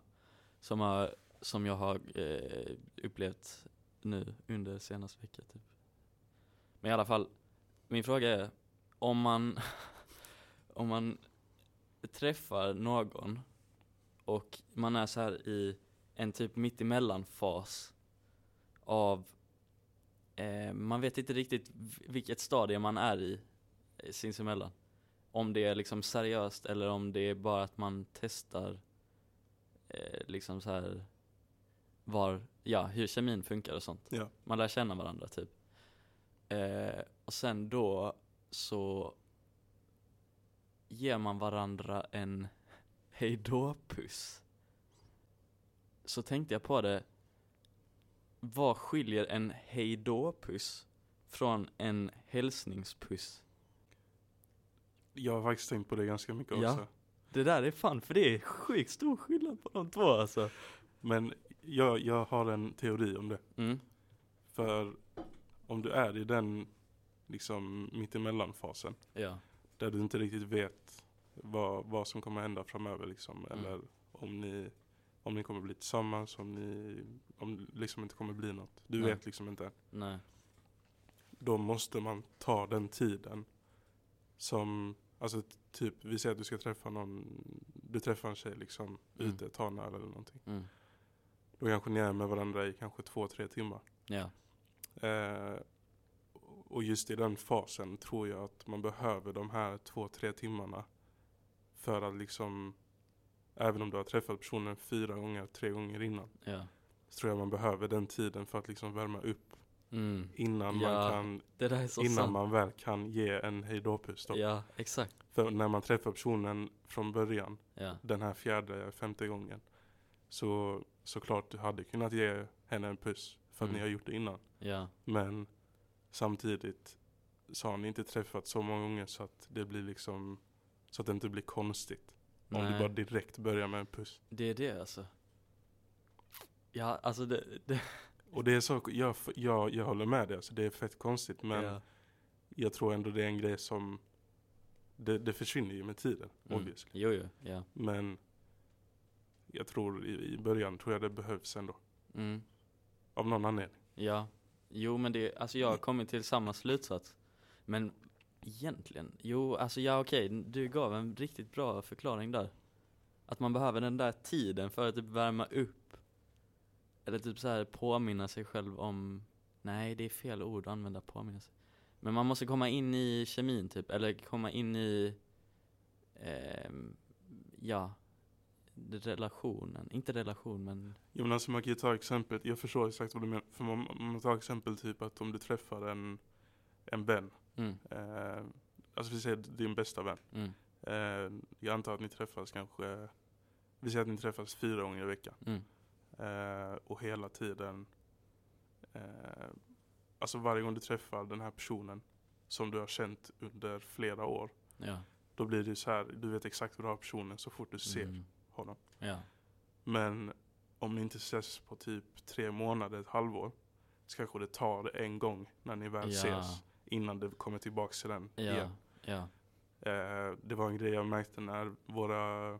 A: som, har, som jag har eh, upplevt nu under senaste veckan. Typ. Men i alla fall, min fråga är om man, om man träffar någon och man är så här i en typ mittemellan-fas av, eh, man vet inte riktigt v- vilket stadie man är i eh, sinsemellan om det är liksom seriöst eller om det är bara att man testar eh, liksom så här var, ja, hur kemin funkar och sånt.
B: Ja.
A: Man lär känna varandra typ. Eh, och sen då så ger man varandra en hejdå-puss. Så tänkte jag på det, vad skiljer en hejdå-puss från en hälsningspuss?
B: Jag har faktiskt tänkt på det ganska mycket
A: Ja.
B: också.
A: Det där är fan, för det är sjukt stor skillnad på de två alltså.
B: Men jag, jag har en teori om det.
A: Mm.
B: För om du är i den liksom mittemellanfasen
A: Ja,
B: där du inte riktigt vet vad, vad som kommer hända framöver liksom.
A: Mm.
B: Eller om ni, om ni kommer bli tillsammans, om ni om det liksom inte kommer bli något. Du
A: Nej.
B: vet liksom inte.
A: nej.
B: Då måste man ta den tiden som, alltså t- typ vi säger att du ska träffa någon, du träffar en tjej liksom
A: Mm.
B: ute, tar en öl eller någonting.
A: Mm.
B: Då kanske ni är med varandra i kanske två, tre timmar.
A: Ja,
B: Eh, och just i den fasen tror jag att man behöver de här två, tre timmarna. För att liksom, även om du har träffat personen fyra gånger, tre gånger innan.
A: ja.
B: Så tror jag man behöver den tiden för att liksom värma upp.
A: Mm.
B: Innan,
A: Ja,
B: man, kan,
A: Det där är så
B: innan
A: sant.
B: man väl kan ge en hejdå-pust. då.
A: Ja, exakt.
B: För när man träffar personen från början,
A: Ja,
B: den här fjärde, femte gången. Så såklart du hade kunnat ge henne en puss. För att
A: Mm.
B: ni har gjort det innan.
A: ja,
B: Men samtidigt så har ni inte träffats så många gånger så att det blir liksom så att det inte blir konstigt. Om du
A: nej.
B: bara direkt börjar med en puss.
A: Det är det alltså. Ja, alltså det, det
B: Och det är så, jag, jag, jag håller med dig, alltså det är fett konstigt men
A: ja.
B: jag tror ändå det är en grej som det, det försvinner ju med tiden,
A: Mm.
B: obviously.
A: Jo, jo, ja.
B: Men jag tror i, i början tror jag det behövs ändå.
A: Mm.
B: Av någon anledning.
A: Ja, jo men det, alltså jag har kommit till samma slutsats. Men egentligen, jo alltså ja okej, du gav en riktigt bra förklaring där. Att man behöver den där tiden för att typ värma upp. Eller typ så här påminna sig själv om, nej det är fel ord att använda påminna sig. Men man måste komma in i kemin typ, eller komma in i, ehm, ja, relationen. Inte relation men,
B: Jo men alltså man kan ju ta exempel, jag förstår exakt vad du menar. För man, man tar exempel typ att om du träffar en, en vän
A: mm,
B: Eh, alltså vi säger din bästa vän.
A: mm,
B: Eh, jag antar att ni träffas kanske, vi säger att ni träffas fyra gånger i veckan.
A: mm,
B: Eh, och hela tiden, eh, alltså varje gång du träffar den här personen som du har känt under flera år.
A: ja.
B: Då blir det ju så här, du vet exakt vad du har personen så fort du ser
A: Mm,
B: honom.
A: ja.
B: Men om ni inte ses på typ tre månader, ett halvår. Så kanske det tar en gång när ni väl
A: Ja.
B: ses. Innan det kommer tillbaka till den igen.
A: Ja, ja,
B: Eh, det var en grej jag märkte när våra,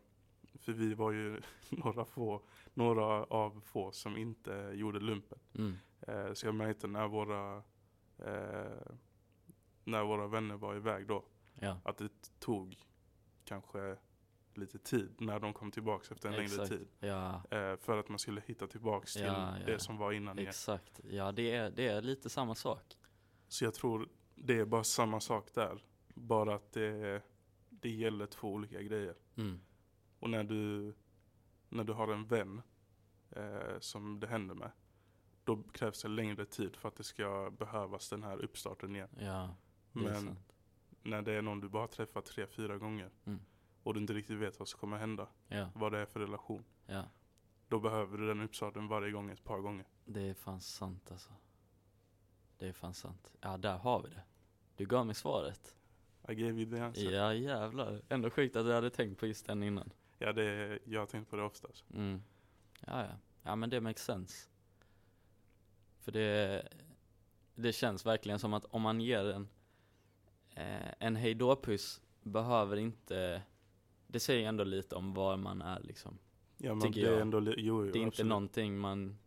B: för vi var ju några få, några av få som inte gjorde lumpen.
A: mm,
B: Eh, så jag märkte när våra, eh, när våra vänner var iväg då,
A: ja,
B: att det tog kanske lite tid när de kom tillbaks efter en
A: Exakt.
B: längre tid.
A: ja,
B: Eh, för att man skulle hitta tillbaks till
A: Ja, ja.
B: det som var innan igen.
A: exakt. Ja, det är, det är lite samma sak.
B: Så jag tror det är bara samma sak där. Bara att det, det gäller två olika grejer.
A: Mm,
B: Och när du, när du har en vän eh, som det händer med, då krävs det längre tid för att det ska behövas den här uppstarten igen.
A: ja, det är
B: Men
A: sant.
B: när det är någon du bara träffat tre, fyra gånger
A: Mm.
B: och du inte riktigt vet vad som kommer hända,
A: Ja,
B: vad det är för relation,
A: ja,
B: då behöver du den uppstarten varje gång ett par gånger.
A: det är fan sant alltså. Det är fan sant. Ja, där har vi det. Du gav mig svaret.
B: I gave you the answer.
A: Ja, jävlar. Ändå sjukt att jag hade tänkt på just den innan.
B: Ja, det är, jag har tänkt på det oftast.
A: Mm. Ja, ja. Ja, men det makes sense. För det, det känns verkligen som att om man ger en, eh, en hejdå-puss behöver inte, det säger ändå lite om var man är liksom.
B: Ja, men
A: Tycker
B: det är
A: jag.
B: ändå, li- jo, jo,
A: Det är inte
B: absolut.
A: någonting man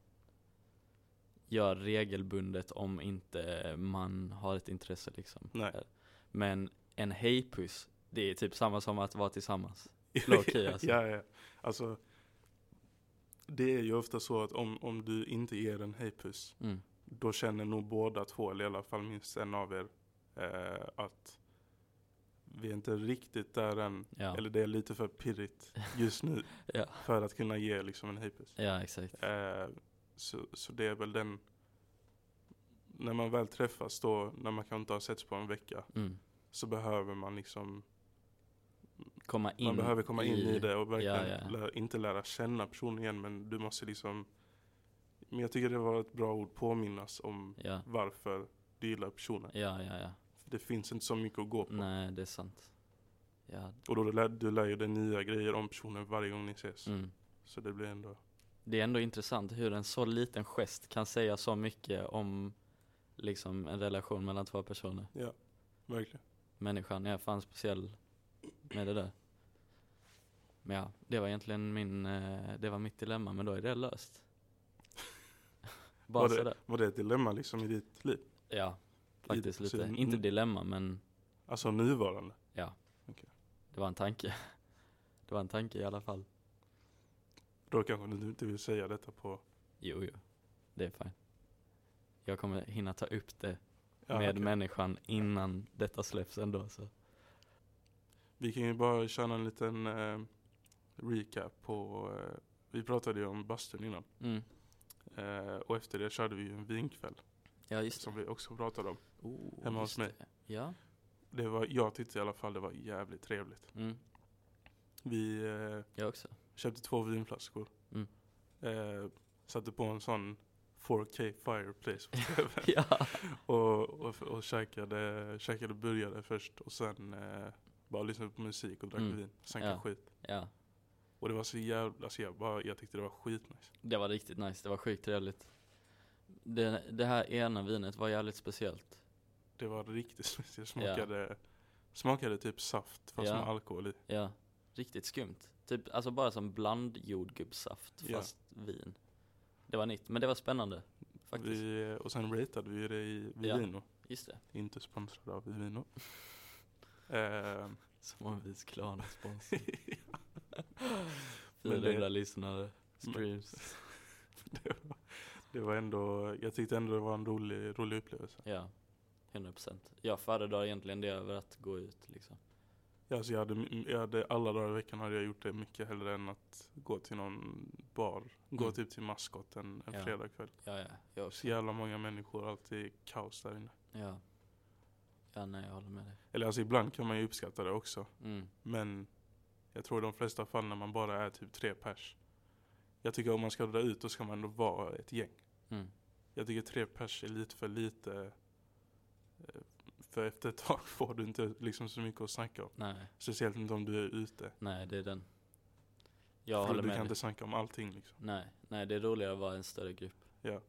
A: gör regelbundet om inte man har ett intresse liksom.
B: Nej.
A: Men en hejpuss, det är typ samma som att vara tillsammans. low key, alltså.
B: ja, ja. alltså. Det är ju ofta så att om, om du inte ger en hejpuss
A: Mm.
B: då känner nog båda två, eller i alla fall minst en av er, eh, att vi är inte riktigt där än.
A: Ja.
B: Eller det är lite för pirrigt just nu
A: ja,
B: för att kunna ge liksom en hejpus.
A: ja exakt.
B: Eh, så, så det är väl den, när man väl träffas då, när man kanske inte har setts på en vecka,
A: Mm.
B: så behöver man liksom,
A: Komma in
B: man behöver komma in i det och verkligen
A: ja.
B: Lä, inte lära känna personen igen, men du måste liksom, men jag tycker det var ett bra ord, påminnas om
A: Ja,
B: varför du gillar personen.
A: ja, ja, ja.
B: Det finns inte så mycket att gå på.
A: Nej, det är sant. Ja,
B: Och då du lär, du lär ju dig nya grejer om personen varje gång ni ses.
A: mm.
B: Så det blir ändå...
A: Det är ändå intressant hur en så liten gest kan säga så mycket om liksom en relation mellan två personer.
B: Verkligen.
A: Människan är fan speciell med det där. Men ja, det var egentligen min, eh, det var mitt dilemma men då är det löst. Bara
B: Var det-
A: sådär.
B: Var det ett dilemma liksom i ditt liv?
A: Ja, faktiskt
B: I-
A: lite.
B: så-
A: Inte dilemma men
B: Alltså nuvarande?
A: det var en tanke. Det var en tanke i alla fall.
B: Då kanske du inte vill säga detta på...
A: Jo, jo. Det är fint. Jag kommer hinna ta upp det
B: Ja,
A: med
B: okej.
A: människan innan detta släpps ändå så.
B: Vi kan ju bara köra en liten eh, recap på... Eh, vi pratade ju om bastun innan.
A: Mm.
B: Eh, och efter det körde vi ju en vinkväll.
A: Ja just
B: Som
A: det.
B: vi också pratade om.
A: Oh,
B: hemma
A: just
B: hos mig.
A: det. Ja.
B: Det var, jag tyckte i alla fall det var jävligt trevligt.
A: Mm.
B: Vi eh,
A: Jag också.
B: köpte två vinflaskor.
A: Mm.
B: Eh, satte på en sån 4K fireplace på tvn.
A: ja.
B: och och, och käkade, käkade burgare först och sen eh, bara lyssnade på musik och drack
A: Mm.
B: vin. Sen
A: Ja.
B: skit.
A: ja.
B: Och det var så jävla, alltså jag, bara, jag tyckte det var skitnice.
A: Det var riktigt nice, det var sjukt trevligt. Det, det här ena vinet var jävligt speciellt.
B: Det var riktigt smidigt. Jag
A: Ja.
B: smakade, smakade typ saft fast
A: Ja.
B: med alkohol i.
A: Ja, riktigt skumt. Typ, alltså bara som bland jordgubbssaft
B: Ja.
A: fast vin. Det var nytt, men det var spännande. Faktiskt.
B: Vi, och sen ratade vi det i
A: Ja.
B: Vivino.
A: Just det.
B: Inte sponsrade av Vivino. eh,
A: Som om vi skulle ha någon sponsor.
B: Men det-
A: 400 lyssnare, streams.
B: det, var, det var ändå, jag tyckte ändå det var en rolig, rolig upplevelse.
A: Ja, 100%. Jag föredrar egentligen det över att gå ut liksom.
B: Ja, Alltså jag hade, jag hade, alla dagar i veckan hade jag gjort det mycket hellre än att gå till någon bar. Gå
A: Mm.
B: typ till maskot en, en
A: Ja.
B: fredagkväll.
A: Ja, ja, jag
B: Så
A: också.
B: jävla många människor, alltid kaos där inne.
A: Ja. Ja, nej, jag håller med dig.
B: Eller alltså ibland kan man ju uppskatta det också.
A: Mm.
B: Men jag tror i de flesta fall när man bara är typ tre pers. Jag tycker om man ska dra ut då ska man ändå vara ett gäng.
A: Mm.
B: Jag tycker tre pers är lite för lite. eh, För efter ett tag får du inte liksom så mycket att snacka om.
A: Nej,
B: Speciellt inte om du är ute.
A: nej, det är den. Jag
B: för
A: håller
B: du
A: med
B: kan
A: dig.
B: inte snacka om allting liksom.
A: Nej, nej det är roligare att vara en större grupp.
B: Ja.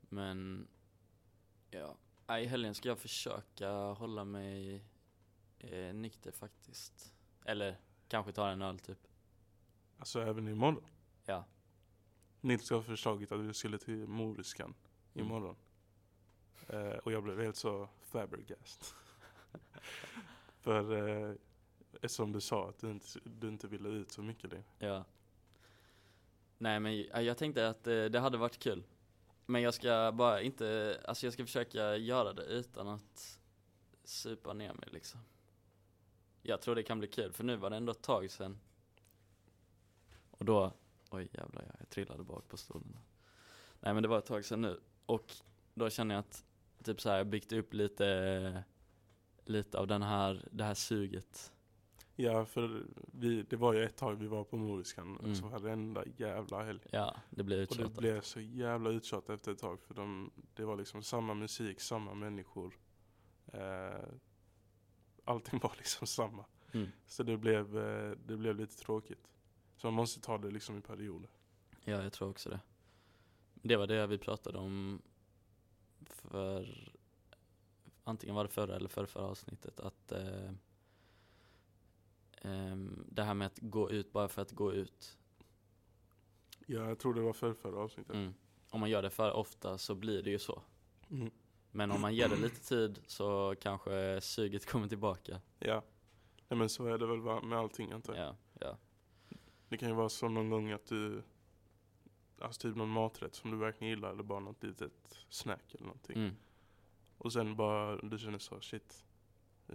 A: Men, ja. Nej, I helgen ska jag försöka hålla mig eh, nykter faktiskt. Eller kanske ta en öl typ.
B: Alltså även imorgon.
A: Ja.
B: Nils har förslagit att vi skulle till Moriskan
A: Mm.
B: imorgon. Eh, och jag blev helt så flabbergast. För eh, som du sa att du inte, du inte ville ut så mycket längre.
A: Ja. Nej men ja, jag tänkte att eh, det hade varit kul. Men jag ska bara inte, alltså jag ska försöka göra det utan att supa ner mig liksom. Jag tror det kan bli kul, för nu var det ändå ett tag sedan. Och då, oj jävlar jag, jag trillade bak på stolen. Nej men det var ett tag sedan nu. Och då känner jag att, typ så här, jag byggt upp lite, lite av den här, det här suget.
B: Ja, för vi, det var ju ett tag vi var på Moriskan,
A: Mm.
B: så varenda jävla helg.
A: Ja, det blir
B: Och det
A: uttjatat.
B: blev så jävla uttjatat efter ett tag, för de, det var liksom samma musik, samma människor. Eh, allting var liksom samma.
A: Mm.
B: Så det blev, eh, det blev lite tråkigt. Så man måste ta det liksom i perioder.
A: Ja, jag tror också det. Det var det vi pratade om för antingen var det förra eller förra, avsnittet att eh, ehm, det här med att gå ut bara för att gå ut.
B: Ja, jag tror det var förra, förra avsnittet.
A: Mm. Om man gör det för ofta så blir det ju så.
B: Mm.
A: Men om man ger det lite tid så kanske suget kommer tillbaka.
B: Ja. Nej, men så är det väl va- med allting antar jag.
A: Ja, ja.
B: Det kan ju vara så någon gång att du, alltså typ någon maträtt som du verkligen gillar eller bara något litet snack eller någonting.
A: Mm.
B: Och sen bara, du känner så shit.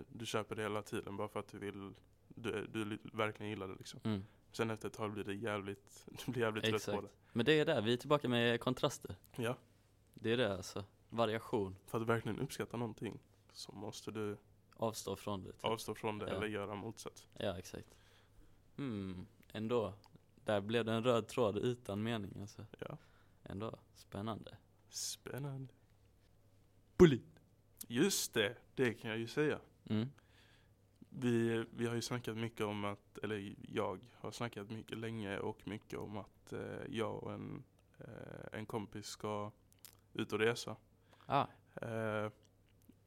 B: Du köper det hela tiden bara för att du vill, du, du li- verkligen gillar det liksom.
A: Mm.
B: Sen efter ett tag blir det jävligt, du blir jävligt trött på
A: Exakt. Men det är det, vi är tillbaka med kontraster.
B: det. Ja.
A: Det är det alltså. Variation.
B: För att verkligen uppskatta någonting så måste du
A: Avstå från det. typ.
B: avstå från det
A: Ja.
B: eller göra motsats.
A: Ja, exakt. Hmm, ändå. Där blev det en röd tråd utan mening alltså.
B: Ja.
A: Ändå spännande.
B: Spännande.
A: Bully!
B: Just det, det kan jag ju säga.
A: Mm,
B: Vi, vi har ju snackat mycket om att, eller jag har snackat mycket länge och mycket om att eh, jag och en, eh, en kompis ska ut och resa.
A: Ah,
B: Eh,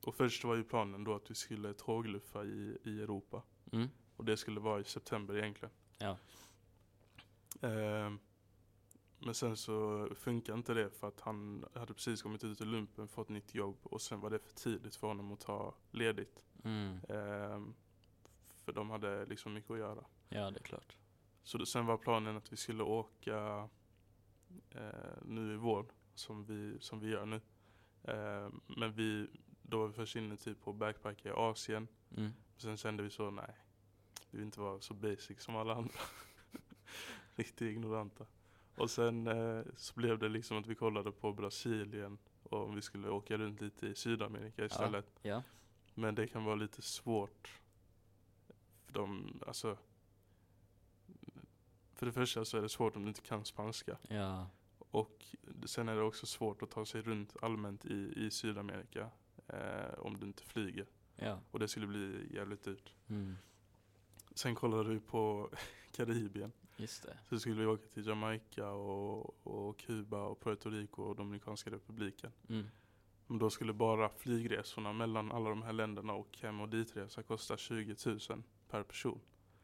B: och först var ju planen då att vi skulle tågluffa i, i Europa.
A: mm.
B: Och det skulle vara i september egentligen.
A: Ja.
B: Ehm, men sen så funkar inte det för att han hade precis kommit ut ur lumpen, fått nytt jobb och sen var det för tidigt för honom att ta ledigt.
A: Mm.
B: Ehm, för de hade liksom mycket att göra.
A: Ja, det är klart.
B: Så då, sen var planen att vi skulle åka eh, nu i vår, som vi, som vi gör nu. Ehm, men vi, då var vi först inne typ på backpacka i Asien.
A: Mm.
B: Sen kände vi så, nej, vi vill inte vara så basic som alla andra. Riktigt ignoranta. Och sen eh, så blev det liksom att vi kollade på Brasilien och om vi skulle åka runt lite i Sydamerika istället.
A: Ja.
B: Men det kan vara lite svårt. För de, alltså. För det första så är det svårt om du inte kan spanska.
A: Ja.
B: Och sen är det också svårt att ta sig runt allmänt i, i Sydamerika. Eh, om du inte flyger.
A: Ja.
B: Och det skulle bli jävligt dyrt.
A: Mm.
B: Sen kollade vi på Karibien.
A: Just det.
B: Så skulle vi åka till Jamaica och, och Kuba och Puerto Rico och Dominikanska republiken.
A: Mm.
B: Men då skulle bara flygresorna mellan alla de här länderna och hem och ditresa kosta 20 000 per person.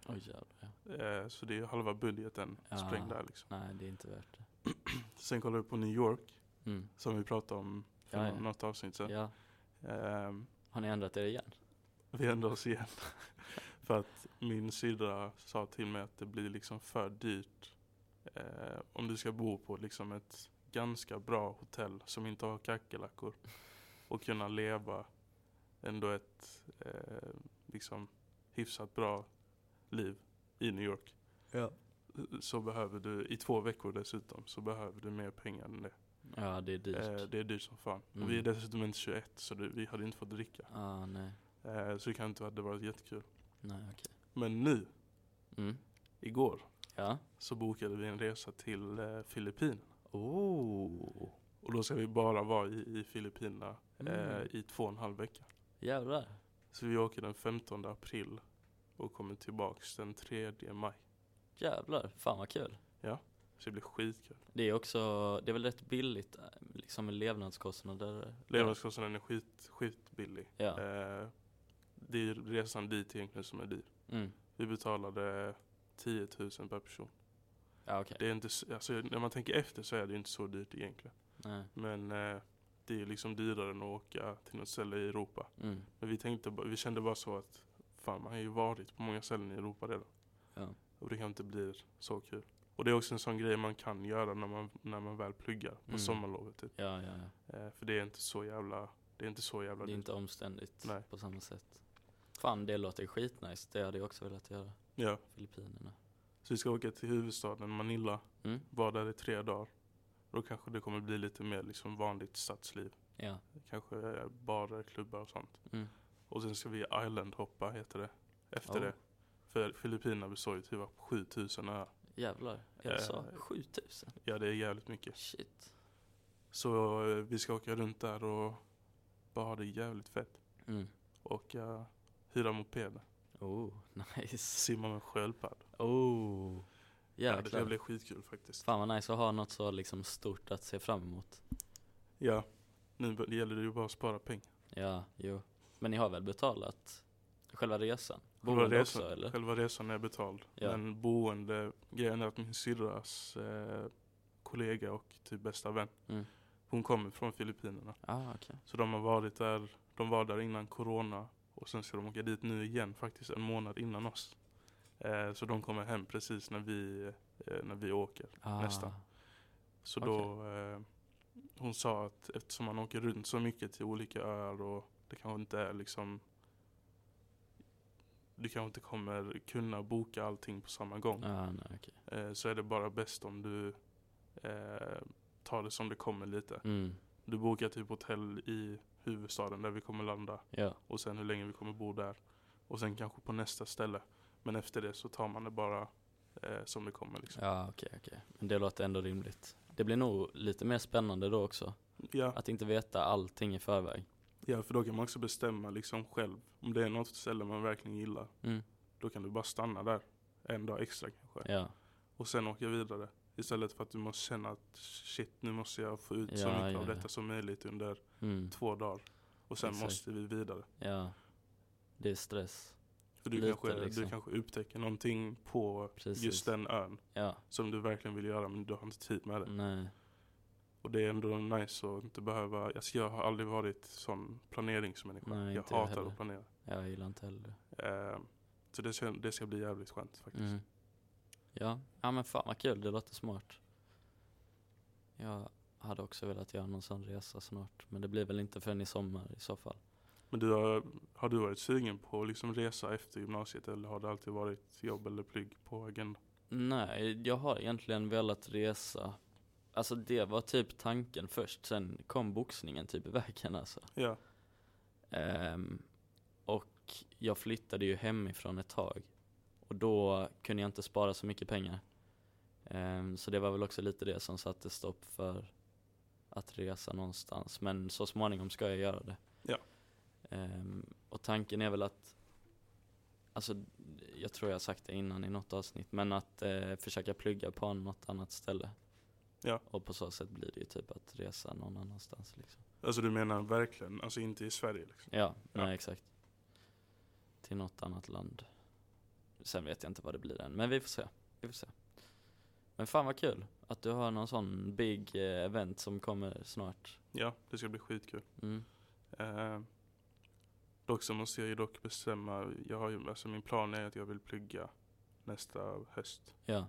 A: Oj jävlar. ja.
B: Eh, så det är ju halva budgeten
A: Ja.
B: sprängd där liksom.
A: Nej, det är inte värt det.
B: Sen kollade vi på New York
A: Mm.
B: som vi pratade om för
A: Ja, ja.
B: något avsnitt sedan.
A: Ja.
B: Eh,
A: Har ni ändrat er igen?
B: vi ändrade oss igen. för att min syrra sa till mig att det blir liksom för dyrt eh, om du ska bo på liksom ett ganska bra hotell som inte har kackerlackor och kunna leva ändå ett eh, liksom hyfsat bra liv i New York.
A: Ja.
B: Så behöver du, i två veckor dessutom, så behöver du mer pengar än det.
A: Ja, det är dyrt.
B: Eh, det är dyrt som fan.
A: Mm.
B: Och vi är dessutom inte 21 så det, vi hade inte fått dricka.
A: ah, nej.
B: Eh, så det kan inte ha det varit jättekul.
A: Nej, okej.
B: Men nu,
A: Mm.
B: igår,
A: Ja.
B: så bokade vi en resa till eh, Filippinerna.
A: Oh.
B: Och då ska vi bara vara i, i Filippinerna eh,
A: Mm.
B: i två och en halv vecka.
A: Jävlar.
B: Så vi åker den 15 april och kommer tillbaks den 3 maj.
A: Jävlar. Fan vad kul.
B: Så det blir skitkul.
A: Det är också, det är väl rätt billigt eh, liksom med levnadskostnader.
B: Levnadskostnaden är skit, skitbillig.
A: Ja.
B: Eh, det är resan dit egentligen som är dyr.
A: Mm.
B: Vi betalade 10 000 per person.
A: Ja okej.
B: Det är inte, s- alltså, när man tänker efter så är det ju inte så dyrt egentligen.
A: Nej.
B: Men eh, det är liksom dyrare än att åka till något ställe i Europa.
A: Mm.
B: Men vi, tänkte, ba- vi kände bara så att fan, man har ju varit på många ställen i Europa redan.
A: Ja.
B: Och det kan inte bli så kul. Och det är också en sån grej man kan göra när man, när man väl pluggar på
A: Mm.
B: sommarlovet. Typ.
A: Ja, ja, ja.
B: Eh, för det är inte så jävla, det är inte så jävla
A: Det är
B: dyrt.
A: inte omständigt
B: Nej.
A: på samma sätt. Fan, det låter skitnice. Det hade jag också velat göra.
B: Ja.
A: Filippinerna.
B: Så vi ska åka till huvudstaden Manila,
A: Mm.
B: vara där i tre dagar. Då kanske det kommer bli lite mer liksom vanligt stadsliv.
A: Ja.
B: Kanske eh, barer, klubbar och sånt.
A: Mm.
B: Och sen ska vi islandhoppa heter det. Efter
A: Oh.
B: det. För Filippinerna består ju typ av 7000 öar.
A: Jävlar. Är det så?
B: Eh.
A: 7000?
B: Ja det är jävligt mycket.
A: Shit.
B: Så eh, vi ska åka runt där och bara ha det jävligt fett.
A: Mm.
B: Åka, hyra mopeder,
A: Oh, nice.
B: simma med sköldpaddor.
A: Oh.
B: Ja, det ska
A: Jäklar.
B: bli skitkul faktiskt.
A: Fan vad nice att ha något så liksom stort att se fram emot.
B: Ja, nu b- gäller det ju bara att spara pengar.
A: Ja, jo. Men ni har väl betalat själva resan?
B: Själva
A: Boende
B: resan-
A: också eller?
B: Själva resan är betald.
A: Ja.
B: Men boende, grejen är att min syrras eh, kollega och typ bästa vän,
A: Mm.
B: hon kommer från Filippinerna.
A: Ah, okej.
B: Så de har varit där, de var där innan corona och sen ska de åka dit nu igen faktiskt en månad innan oss. Eh, så de kommer hem precis när vi, eh, när vi åker.
A: Ah.
B: Nästan. Så då, eh, hon sa att eftersom man åker runt så mycket till olika öar och det kanske inte är liksom du kanske inte kommer kunna boka allting på samma gång.
A: Ah, nej, okej.
B: Eh, så är det bara bäst om du eh, tar det som det kommer lite.
A: Mm.
B: Du bokar typ hotell i huvudstaden där vi kommer landa
A: Ja.
B: och sen hur länge vi kommer bo där. Och sen kanske på nästa ställe. Men efter det så tar man det bara eh, som det kommer. Liksom.
A: Ja, Ah, okej, okej. Men det låter ändå rimligt. Det blir nog lite mer spännande då också.
B: Ja,
A: Att inte veta allting i förväg.
B: ja, för då kan man också bestämma liksom själv. Om det är något ställe man verkligen gillar,
A: Mm.
B: då kan du bara stanna där en dag extra kanske.
A: Ja,
B: Och sen åka vidare. Istället för att du måste känna att shit, nu måste jag få ut så
A: Ja,
B: mycket av
A: ja,
B: detta
A: ja.
B: som möjligt under
A: Mm.
B: två dagar. Och sen
A: Exakt.
B: måste vi vidare.
A: Ja. Det är stress.
B: För du,
A: Lite,
B: kanske,
A: liksom.
B: du kanske upptäcker någonting på
A: Precis.
B: just den ön
A: Ja.
B: som du verkligen vill göra men du har inte tid med det.
A: Nej.
B: Och det är ändå nice att inte behöva, alltså jag har aldrig varit sån planeringsmänniska.
A: Nej,
B: jag
A: inte jag
B: hatar
A: heller.
B: att planera.
A: Jag gillar inte heller
B: Eh, så det ska, det ska bli jävligt skönt faktiskt.
A: mm. Ja. Ja men fan vad kul. Det låter smart. Jag hade också velat göra någon sån resa snart. Men det blir väl inte förrän i sommar i så fall.
B: Men du har, har du varit sugen på att liksom resa efter gymnasiet eller har det alltid varit jobb eller plugg på agendan?
A: Nej, jag har egentligen velat resa. Alltså det var typ tanken först, sen kom boxningen typ i vägen alltså.
B: Ja,
A: Ehm, och jag flyttade ju hemifrån ett tag. Och då kunde jag inte spara så mycket pengar. Ehm, så det var väl också lite det som satte stopp för att resa någonstans. Men så småningom ska jag göra det.
B: Ja.
A: Ehm, och tanken är väl att, alltså jag tror jag har sagt det innan i något avsnitt, men att eh, försöka plugga på något annat ställe.
B: Ja.
A: Och på så sätt blir det ju typ att resa någon annanstans liksom.
B: alltså du menar verkligen, alltså inte i Sverige liksom.
A: Ja,
B: Ja.
A: nej exakt. Till något annat land. Sen vet jag inte vad det blir än, men vi får se. Vi får se. Men fan vad kul att du har någon sån big eh, event som kommer snart.
B: Ja, det ska bli skitkul.
A: Mm.
B: Eh, dock så måste jag ju dock bestämma, jag har ju, alltså min plan är att jag vill plugga nästa höst.
A: Ja,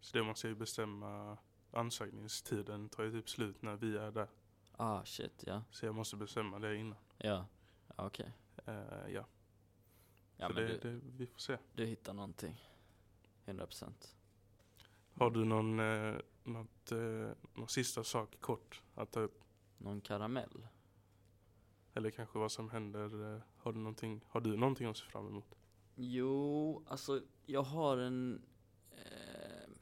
B: Så det måste jag ju bestämma, ansökningstiden tar ju typ slut när vi är där.
A: ah shit ja.
B: Så jag måste bestämma det innan.
A: Ja, Ja, okej.
B: Eh, ja,
A: Ja
B: så
A: men
B: det,
A: du,
B: det, vi får se.
A: du hittar någonting. 100%.
B: Har du någon, eh, något, eh, någon sista sak kort att ta upp?
A: Någon karamell?
B: Eller kanske vad som händer? Eh, har, du någonting, har du någonting att se fram emot?
A: Jo, alltså jag har en... Eh,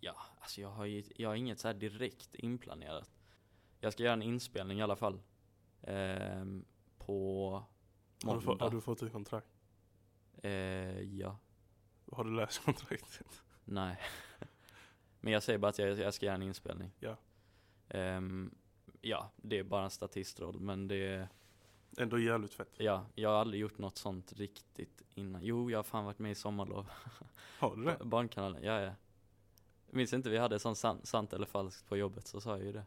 A: ja, alltså jag har, ju, jag har inget så här direkt inplanerat. Jag ska göra en inspelning i alla fall. Ehm, på
B: Har du,
A: måndag.
B: få, har du fått ett kontrakt?
A: eh, ja,
B: Har du läst kontraktet?
A: nej. Men jag säger bara att jag, jag ska göra en inspelning.
B: Ja.
A: Ehm, ja, det är bara en statistroll men det är...
B: Ändå jävligt fett.
A: Ja, jag har aldrig gjort något sånt riktigt innan. Jo, jag har fan varit med i Sommarlov.
B: Har du det?
A: Ba- Barnkanalen, ja ja. Minns inte vi hade sån san, sant eller falskt på jobbet så sa jag ju det.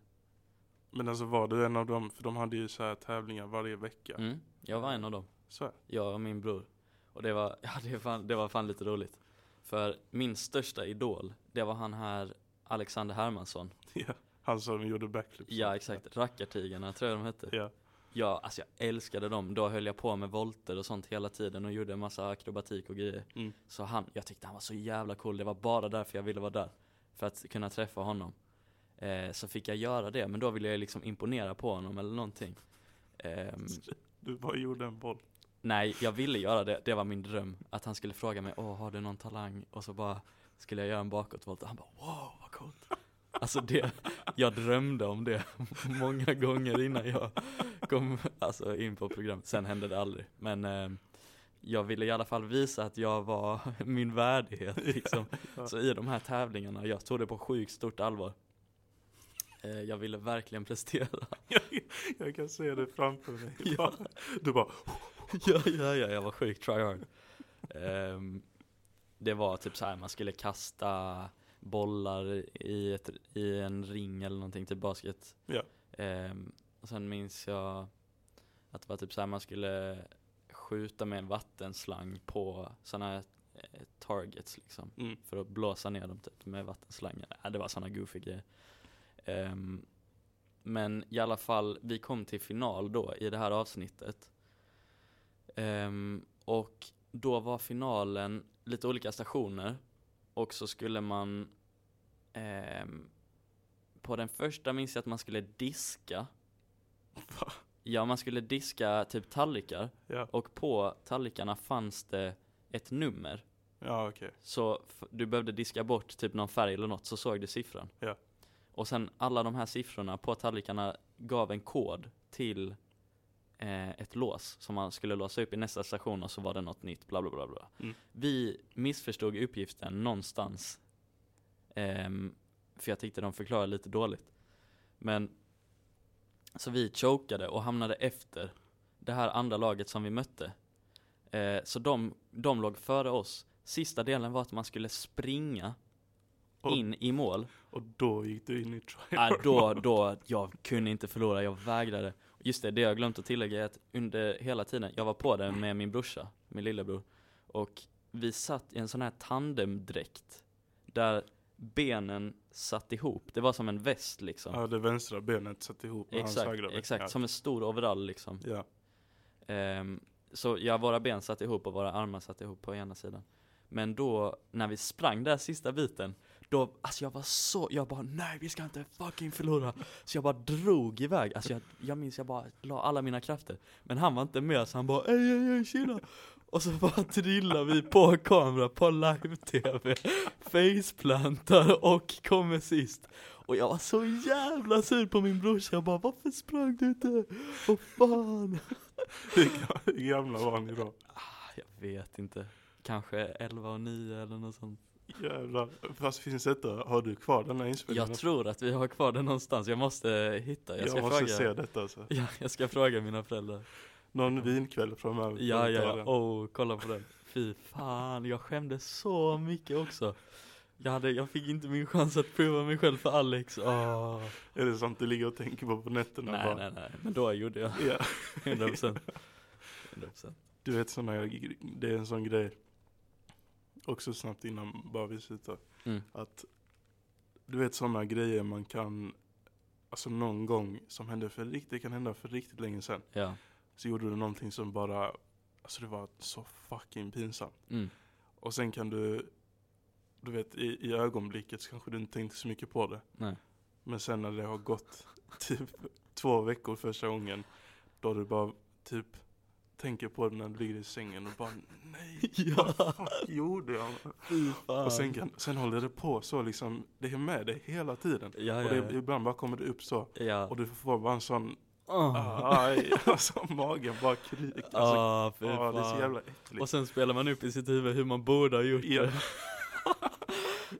B: Men alltså var du en av dem? För de hade ju så här tävlingar varje vecka.
A: Mm, jag var en av dem,
B: Så här.
A: jag och min bror. Och det var, ja, det, fan, det var fan lite roligt. För min största idol, det var han här Alexander Hermansson.
B: Ja. Han som gjorde backflips.
A: Ja exakt, Rackartigarna tror jag de hette.
B: Ja.
A: Ja, alltså jag älskade dem. Då höll jag på med volter och sånt hela tiden och gjorde en massa akrobatik och grejer.
B: Mm.
A: Så han, jag tyckte han var så jävla cool. Det var bara därför jag ville vara där. För att kunna träffa honom. Eh, så fick jag göra det, men då ville jag liksom imponera på honom eller någonting. Ehm,
B: Du bara gjorde en boll.
A: nej, jag ville göra det. Det var min dröm. Att han skulle fråga mig, åh har du någon talang? Och så bara skulle jag göra en bakåtvolt. Och han bara, wow vad coolt. Alltså det, jag drömde om det många gånger innan jag kom alltså, in på programmet. Sen hände det aldrig. Men eh, jag ville i alla fall visa att jag var min värdighet. Liksom.
B: ja.
A: Så i de här tävlingarna, jag tog det på sjukt stort allvar. Eh, jag ville verkligen prestera.
B: Jag, jag kan se det framför mig.
A: Ja.
B: Du bara,
A: ja, ja, ja, jag var sjukt tryhard. Ehm, det var typ så här, man skulle kasta bollar i, ett, i en ring eller någonting, typ basket.
B: Ja.
A: Ehm, och sen minns jag att det var typ så här, man skulle skjuta med en vattenslang på sådana här eh, targets liksom.
B: mm.
A: För att blåsa ner dem typ med vattenslangen. Ja, det var sådana goofy grejer. Ehm, men i alla fall, vi kom till final då i det här avsnittet. Ehm, och då var finalen lite olika stationer. Och så skulle man... ehm, på den första minns jag att man skulle diska.
B: Va?
A: Ja, man skulle diska typ tallrikar.
B: ja,
A: Och på tallrikarna fanns det ett nummer.
B: ja okej.
A: Så f- du behövde diska bort typ någon färg eller något så såg du siffran.
B: Ja.
A: Och sen alla de här siffrorna på tallrikarna gav en kod till eh, ett lås som man skulle låsa upp i nästa station och så var det något nytt bla bla bla. bla.
B: Mm.
A: Vi missförstod uppgiften någonstans. Ehm, För jag tyckte de förklarade lite dåligt. Men så vi chokade och hamnade efter det här andra laget som vi mötte. Eh, så de, de låg före oss. Sista delen var att man skulle springa
B: Och-
A: in i mål.
B: Och då gick du in i try
A: Äh, då, då, jag kunde inte förlora, jag vägrade. Just det, det jag glömt att tillägga är att under hela tiden, jag var på det med min brorsa, min lillebror. Och vi satt i en sån här tandemdräkt. Där benen satt ihop, det var som en väst liksom.
B: Ja, det vänstra benet satt ihop med hans
A: exakt,
B: högra ben.
A: exakt,
B: Ja.
A: som en stor overall liksom.
B: Ja.
A: Ehm, så ja, våra ben satt ihop och våra armar satt ihop på ena sidan. Men då, när vi sprang där sista biten, då, alltså jag var så, jag bara nej vi ska inte fucking förlora. Så jag bara drog iväg, alltså jag, jag minns jag bara la alla mina krafter. Men han var inte med så han bara ej ej ej tjena. Och så bara trillar vi på kamera på live-tv, faceplantar och kommer sist. Och jag var så jävla sur på min brorsa, jag bara varför sprang du inte? Vad fan?
B: Hur ga- Hur gamla var ni då?
A: Jag vet inte. Kanske 11 och 9 eller något sånt.
B: Jävlar. Fast finns detta? Har du kvar den här inspelningen?
A: Jag tror att vi har kvar den någonstans. Jag måste hitta. Jag
B: jag
A: ska
B: måste
A: fråga.
B: se detta alltså.
A: Ja, jag ska fråga mina föräldrar.
B: Någon vinkväll framöver.
A: Ja, ja,
B: Ta
A: ja.
B: den.
A: Oh, kolla på den. Fy fan, jag skämdes så mycket också. Jag, hade, jag fick inte min chans att prova mig själv för Alex. Åh.
B: Är det sånt du ligger och tänker på på nätterna?
A: Nej,
B: bara?
A: nej, nej. Men då gjorde jag
B: Ja.
A: 100%. 100%.
B: Du vet såna, det är en sån grej. Också snabbt innan bara vi slutar.
A: Mm.
B: Att du vet såna grejer man kan, alltså någon gång som hände för riktigt, det kan hända för riktigt länge sedan.
A: Ja.
B: Så gjorde du någonting som bara, alltså det var så fucking pinsamt.
A: Mm.
B: Och sen kan du, du vet i, i ögonblicket så kanske du inte tänkte så mycket på det.
A: Nej.
B: Men sen när det har gått typ två veckor första gången, då du bara typ tänker på det när du ligger i sängen och bara nej,
A: Ja.
B: vad fuck gjorde jag?
A: Fy fan.
B: Och sen, kan, sen håller det på så liksom, det är med dig hela tiden.
A: ja,
B: Och
A: ja,
B: det,
A: ja.
B: ibland bara kommer det upp så.
A: ja. Ah.
B: Och du får bara en sån,
A: Åh.
B: aj, alltså magen bara kryker. Alltså,
A: Ah, fy
B: ah, det är så
A: fan.
B: jävla äckligt.
A: Och sen spelar man upp i sitt huvud hur man borde ha gjort
B: Ja.
A: det.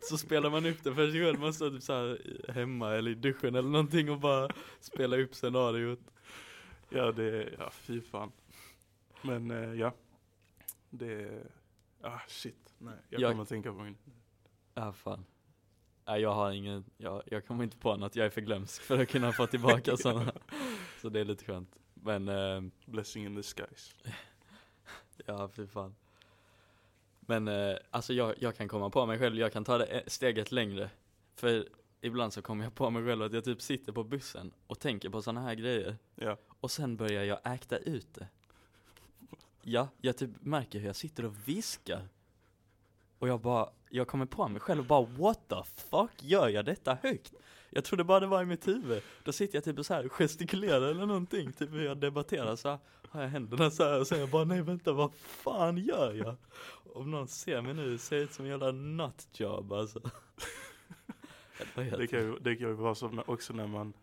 A: Så spelar man upp det för sig själv, man står typ såhär hemma eller i duschen eller någonting och bara spelar upp scenariot.
B: Ja, det är, ja fy fan. Men eh, ja, det är, ah shit. Nej, jag,
A: Jag-
B: kommer att tänka på min.
A: Ja fan. Nej jag har ingen, jag, jag kommer inte på något, jag är för glömsk för att kunna få tillbaka sådana. Så det är lite skönt. Men eh,
B: Blessing in disguise.
A: Ja, fy fan. Men eh, alltså jag, jag kan komma på mig själv, jag kan ta det eh, steget längre. För ibland så kommer jag på mig själv att jag typ sitter på bussen och tänker på sådana här grejer.
B: Ja.
A: Och sen börjar jag äkta ut det. Ja, jag typ märker hur jag sitter och viskar. Och jag bara, jag kommer på mig själv och bara what the fuck gör jag detta högt? Jag trodde bara det var i mitt huvud. Då sitter jag typ och så här gestikulerar eller någonting, typ hur jag debatterar så här har jag händerna så här och sen jag bara nej vänta vad fan gör jag? Om någon ser mig nu ser jag ut som en jävla nutjob alltså. Det var helt-
B: Det kan ju, det kan ju vara så när- också när man,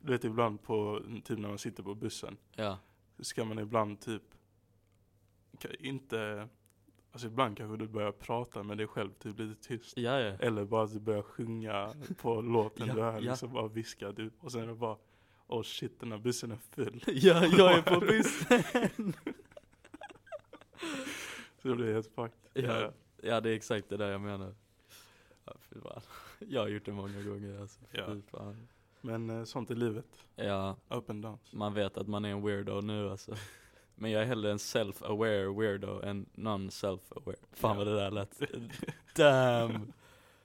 B: du vet ibland på, typ när man sitter på bussen,
A: Ja,
B: så ska man ibland typ, ka- inte, alltså ibland kanske du börjar prata med dig själv typ lite tyst.
A: ja, ja.
B: Eller bara att du börjar sjunga på låten
A: Ja,
B: du hör,
A: ja.
B: liksom bara viskar du. Och sen är det bara, oh shit den här bussen är full.
A: Ja, jag är på bussen!
B: Så det blir helt fucked.
A: Ja. Ja, det är exakt det där jag menar. Ja, fy fan. Jag har gjort det många gånger alltså.
B: Ja.
A: Fy fan.
B: Men eh, sånt är livet.
A: Ja,
B: Up and down.
A: man vet att man är en weirdo nu alltså. Men jag är hellre en self-aware weirdo än non-self-aware. Fan vad det där lät. Damn!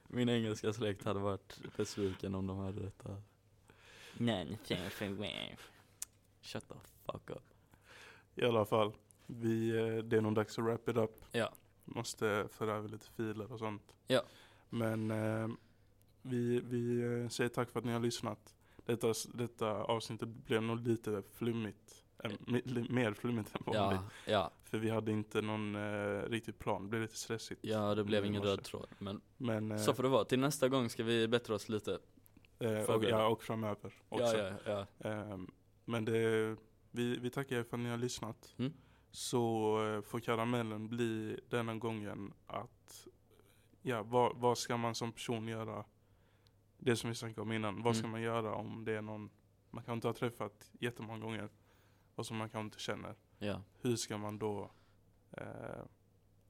A: Min engelska släkt hade varit besviken om de hade detta. Non-self-aware. Shut the fuck up.
B: I alla fall, vi, eh, det är nog dags att wrap it up.
A: Ja.
B: Måste föra över lite filer och sånt.
A: Ja.
B: Men eh, vi, vi eh, säger tack för att ni har lyssnat. Detta, detta avsnittet blev nog lite flummigt. Äh, mi- li- mer flummigt än vanligt.
A: Ja, ja,
B: För vi hade inte någon eh, riktig plan. Det blev lite stressigt.
A: ja, det blev
B: Nu
A: ingen
B: måste-
A: röd tråd. Men
B: Men, eh,
A: så får det vara. Till nästa gång ska vi bättra oss lite.
B: eh, och,
A: förbereda.
B: ja, och framöver också.
A: Ja, ja, ja.
B: Ehm, men det, vi, vi tackar er för att ni har lyssnat.
A: Mm.
B: Så eh, får karamellen bli denna gången att, ja, vad, vad ska man som person göra det som vi snackade om innan. Vad ska
A: Mm.
B: man göra om det är någon man kan inte ha träffat jättemånga gånger och som man kanske inte känner.
A: Ja,
B: Hur ska man då eh,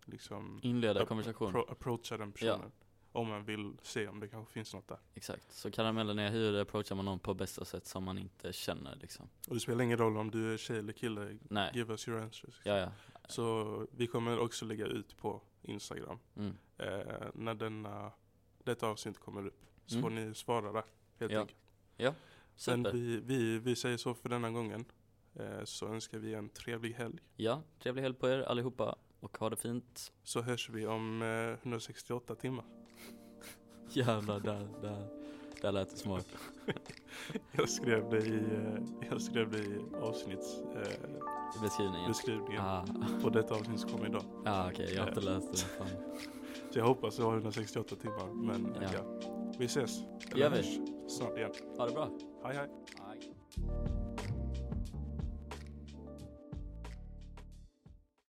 B: liksom
A: inleda
B: App-
A: konversation.
B: appro- approacha den personen? Om man vill se om det kanske finns något där.
A: Exakt. Så karamellen är hur approachar man någon på bästa sätt som man inte känner liksom.
B: Och det spelar ingen roll om du är tjej eller kille.
A: Nej,
B: Give us your answers.
A: ja ja.
B: Så vi kommer också lägga ut på Instagram
A: Mm.
B: eh, när denna, detta avsnitt kommer upp. Så
A: Mm.
B: får ni svara där helt
A: Ja.
B: enkelt. Men
A: Super.
B: vi, vi, vi säger så för denna gången. Eh, så önskar vi en trevlig helg.
A: Ja, trevlig helg på er allihopa och ha det fint.
B: Så hörs vi om eh, 168 timmar.
A: Jävlar, där, där, där lät det smart.
B: Jag skrev det i, eh, jag skrev det i avsnittsbeskrivningen. Eh,
A: I beskrivningen.
B: beskrivningen.
A: Ah,
B: Och detta avsnitt som kom idag.
A: ah okej, jag har inte läst det. Fan.
B: Så jag hoppas det var 168 timmar. Men
A: Ja.
B: ja. Vi ses.
A: gör vi.
B: hörs Snart igen.
A: Ha det bra.
B: Hej hej.
A: Hej.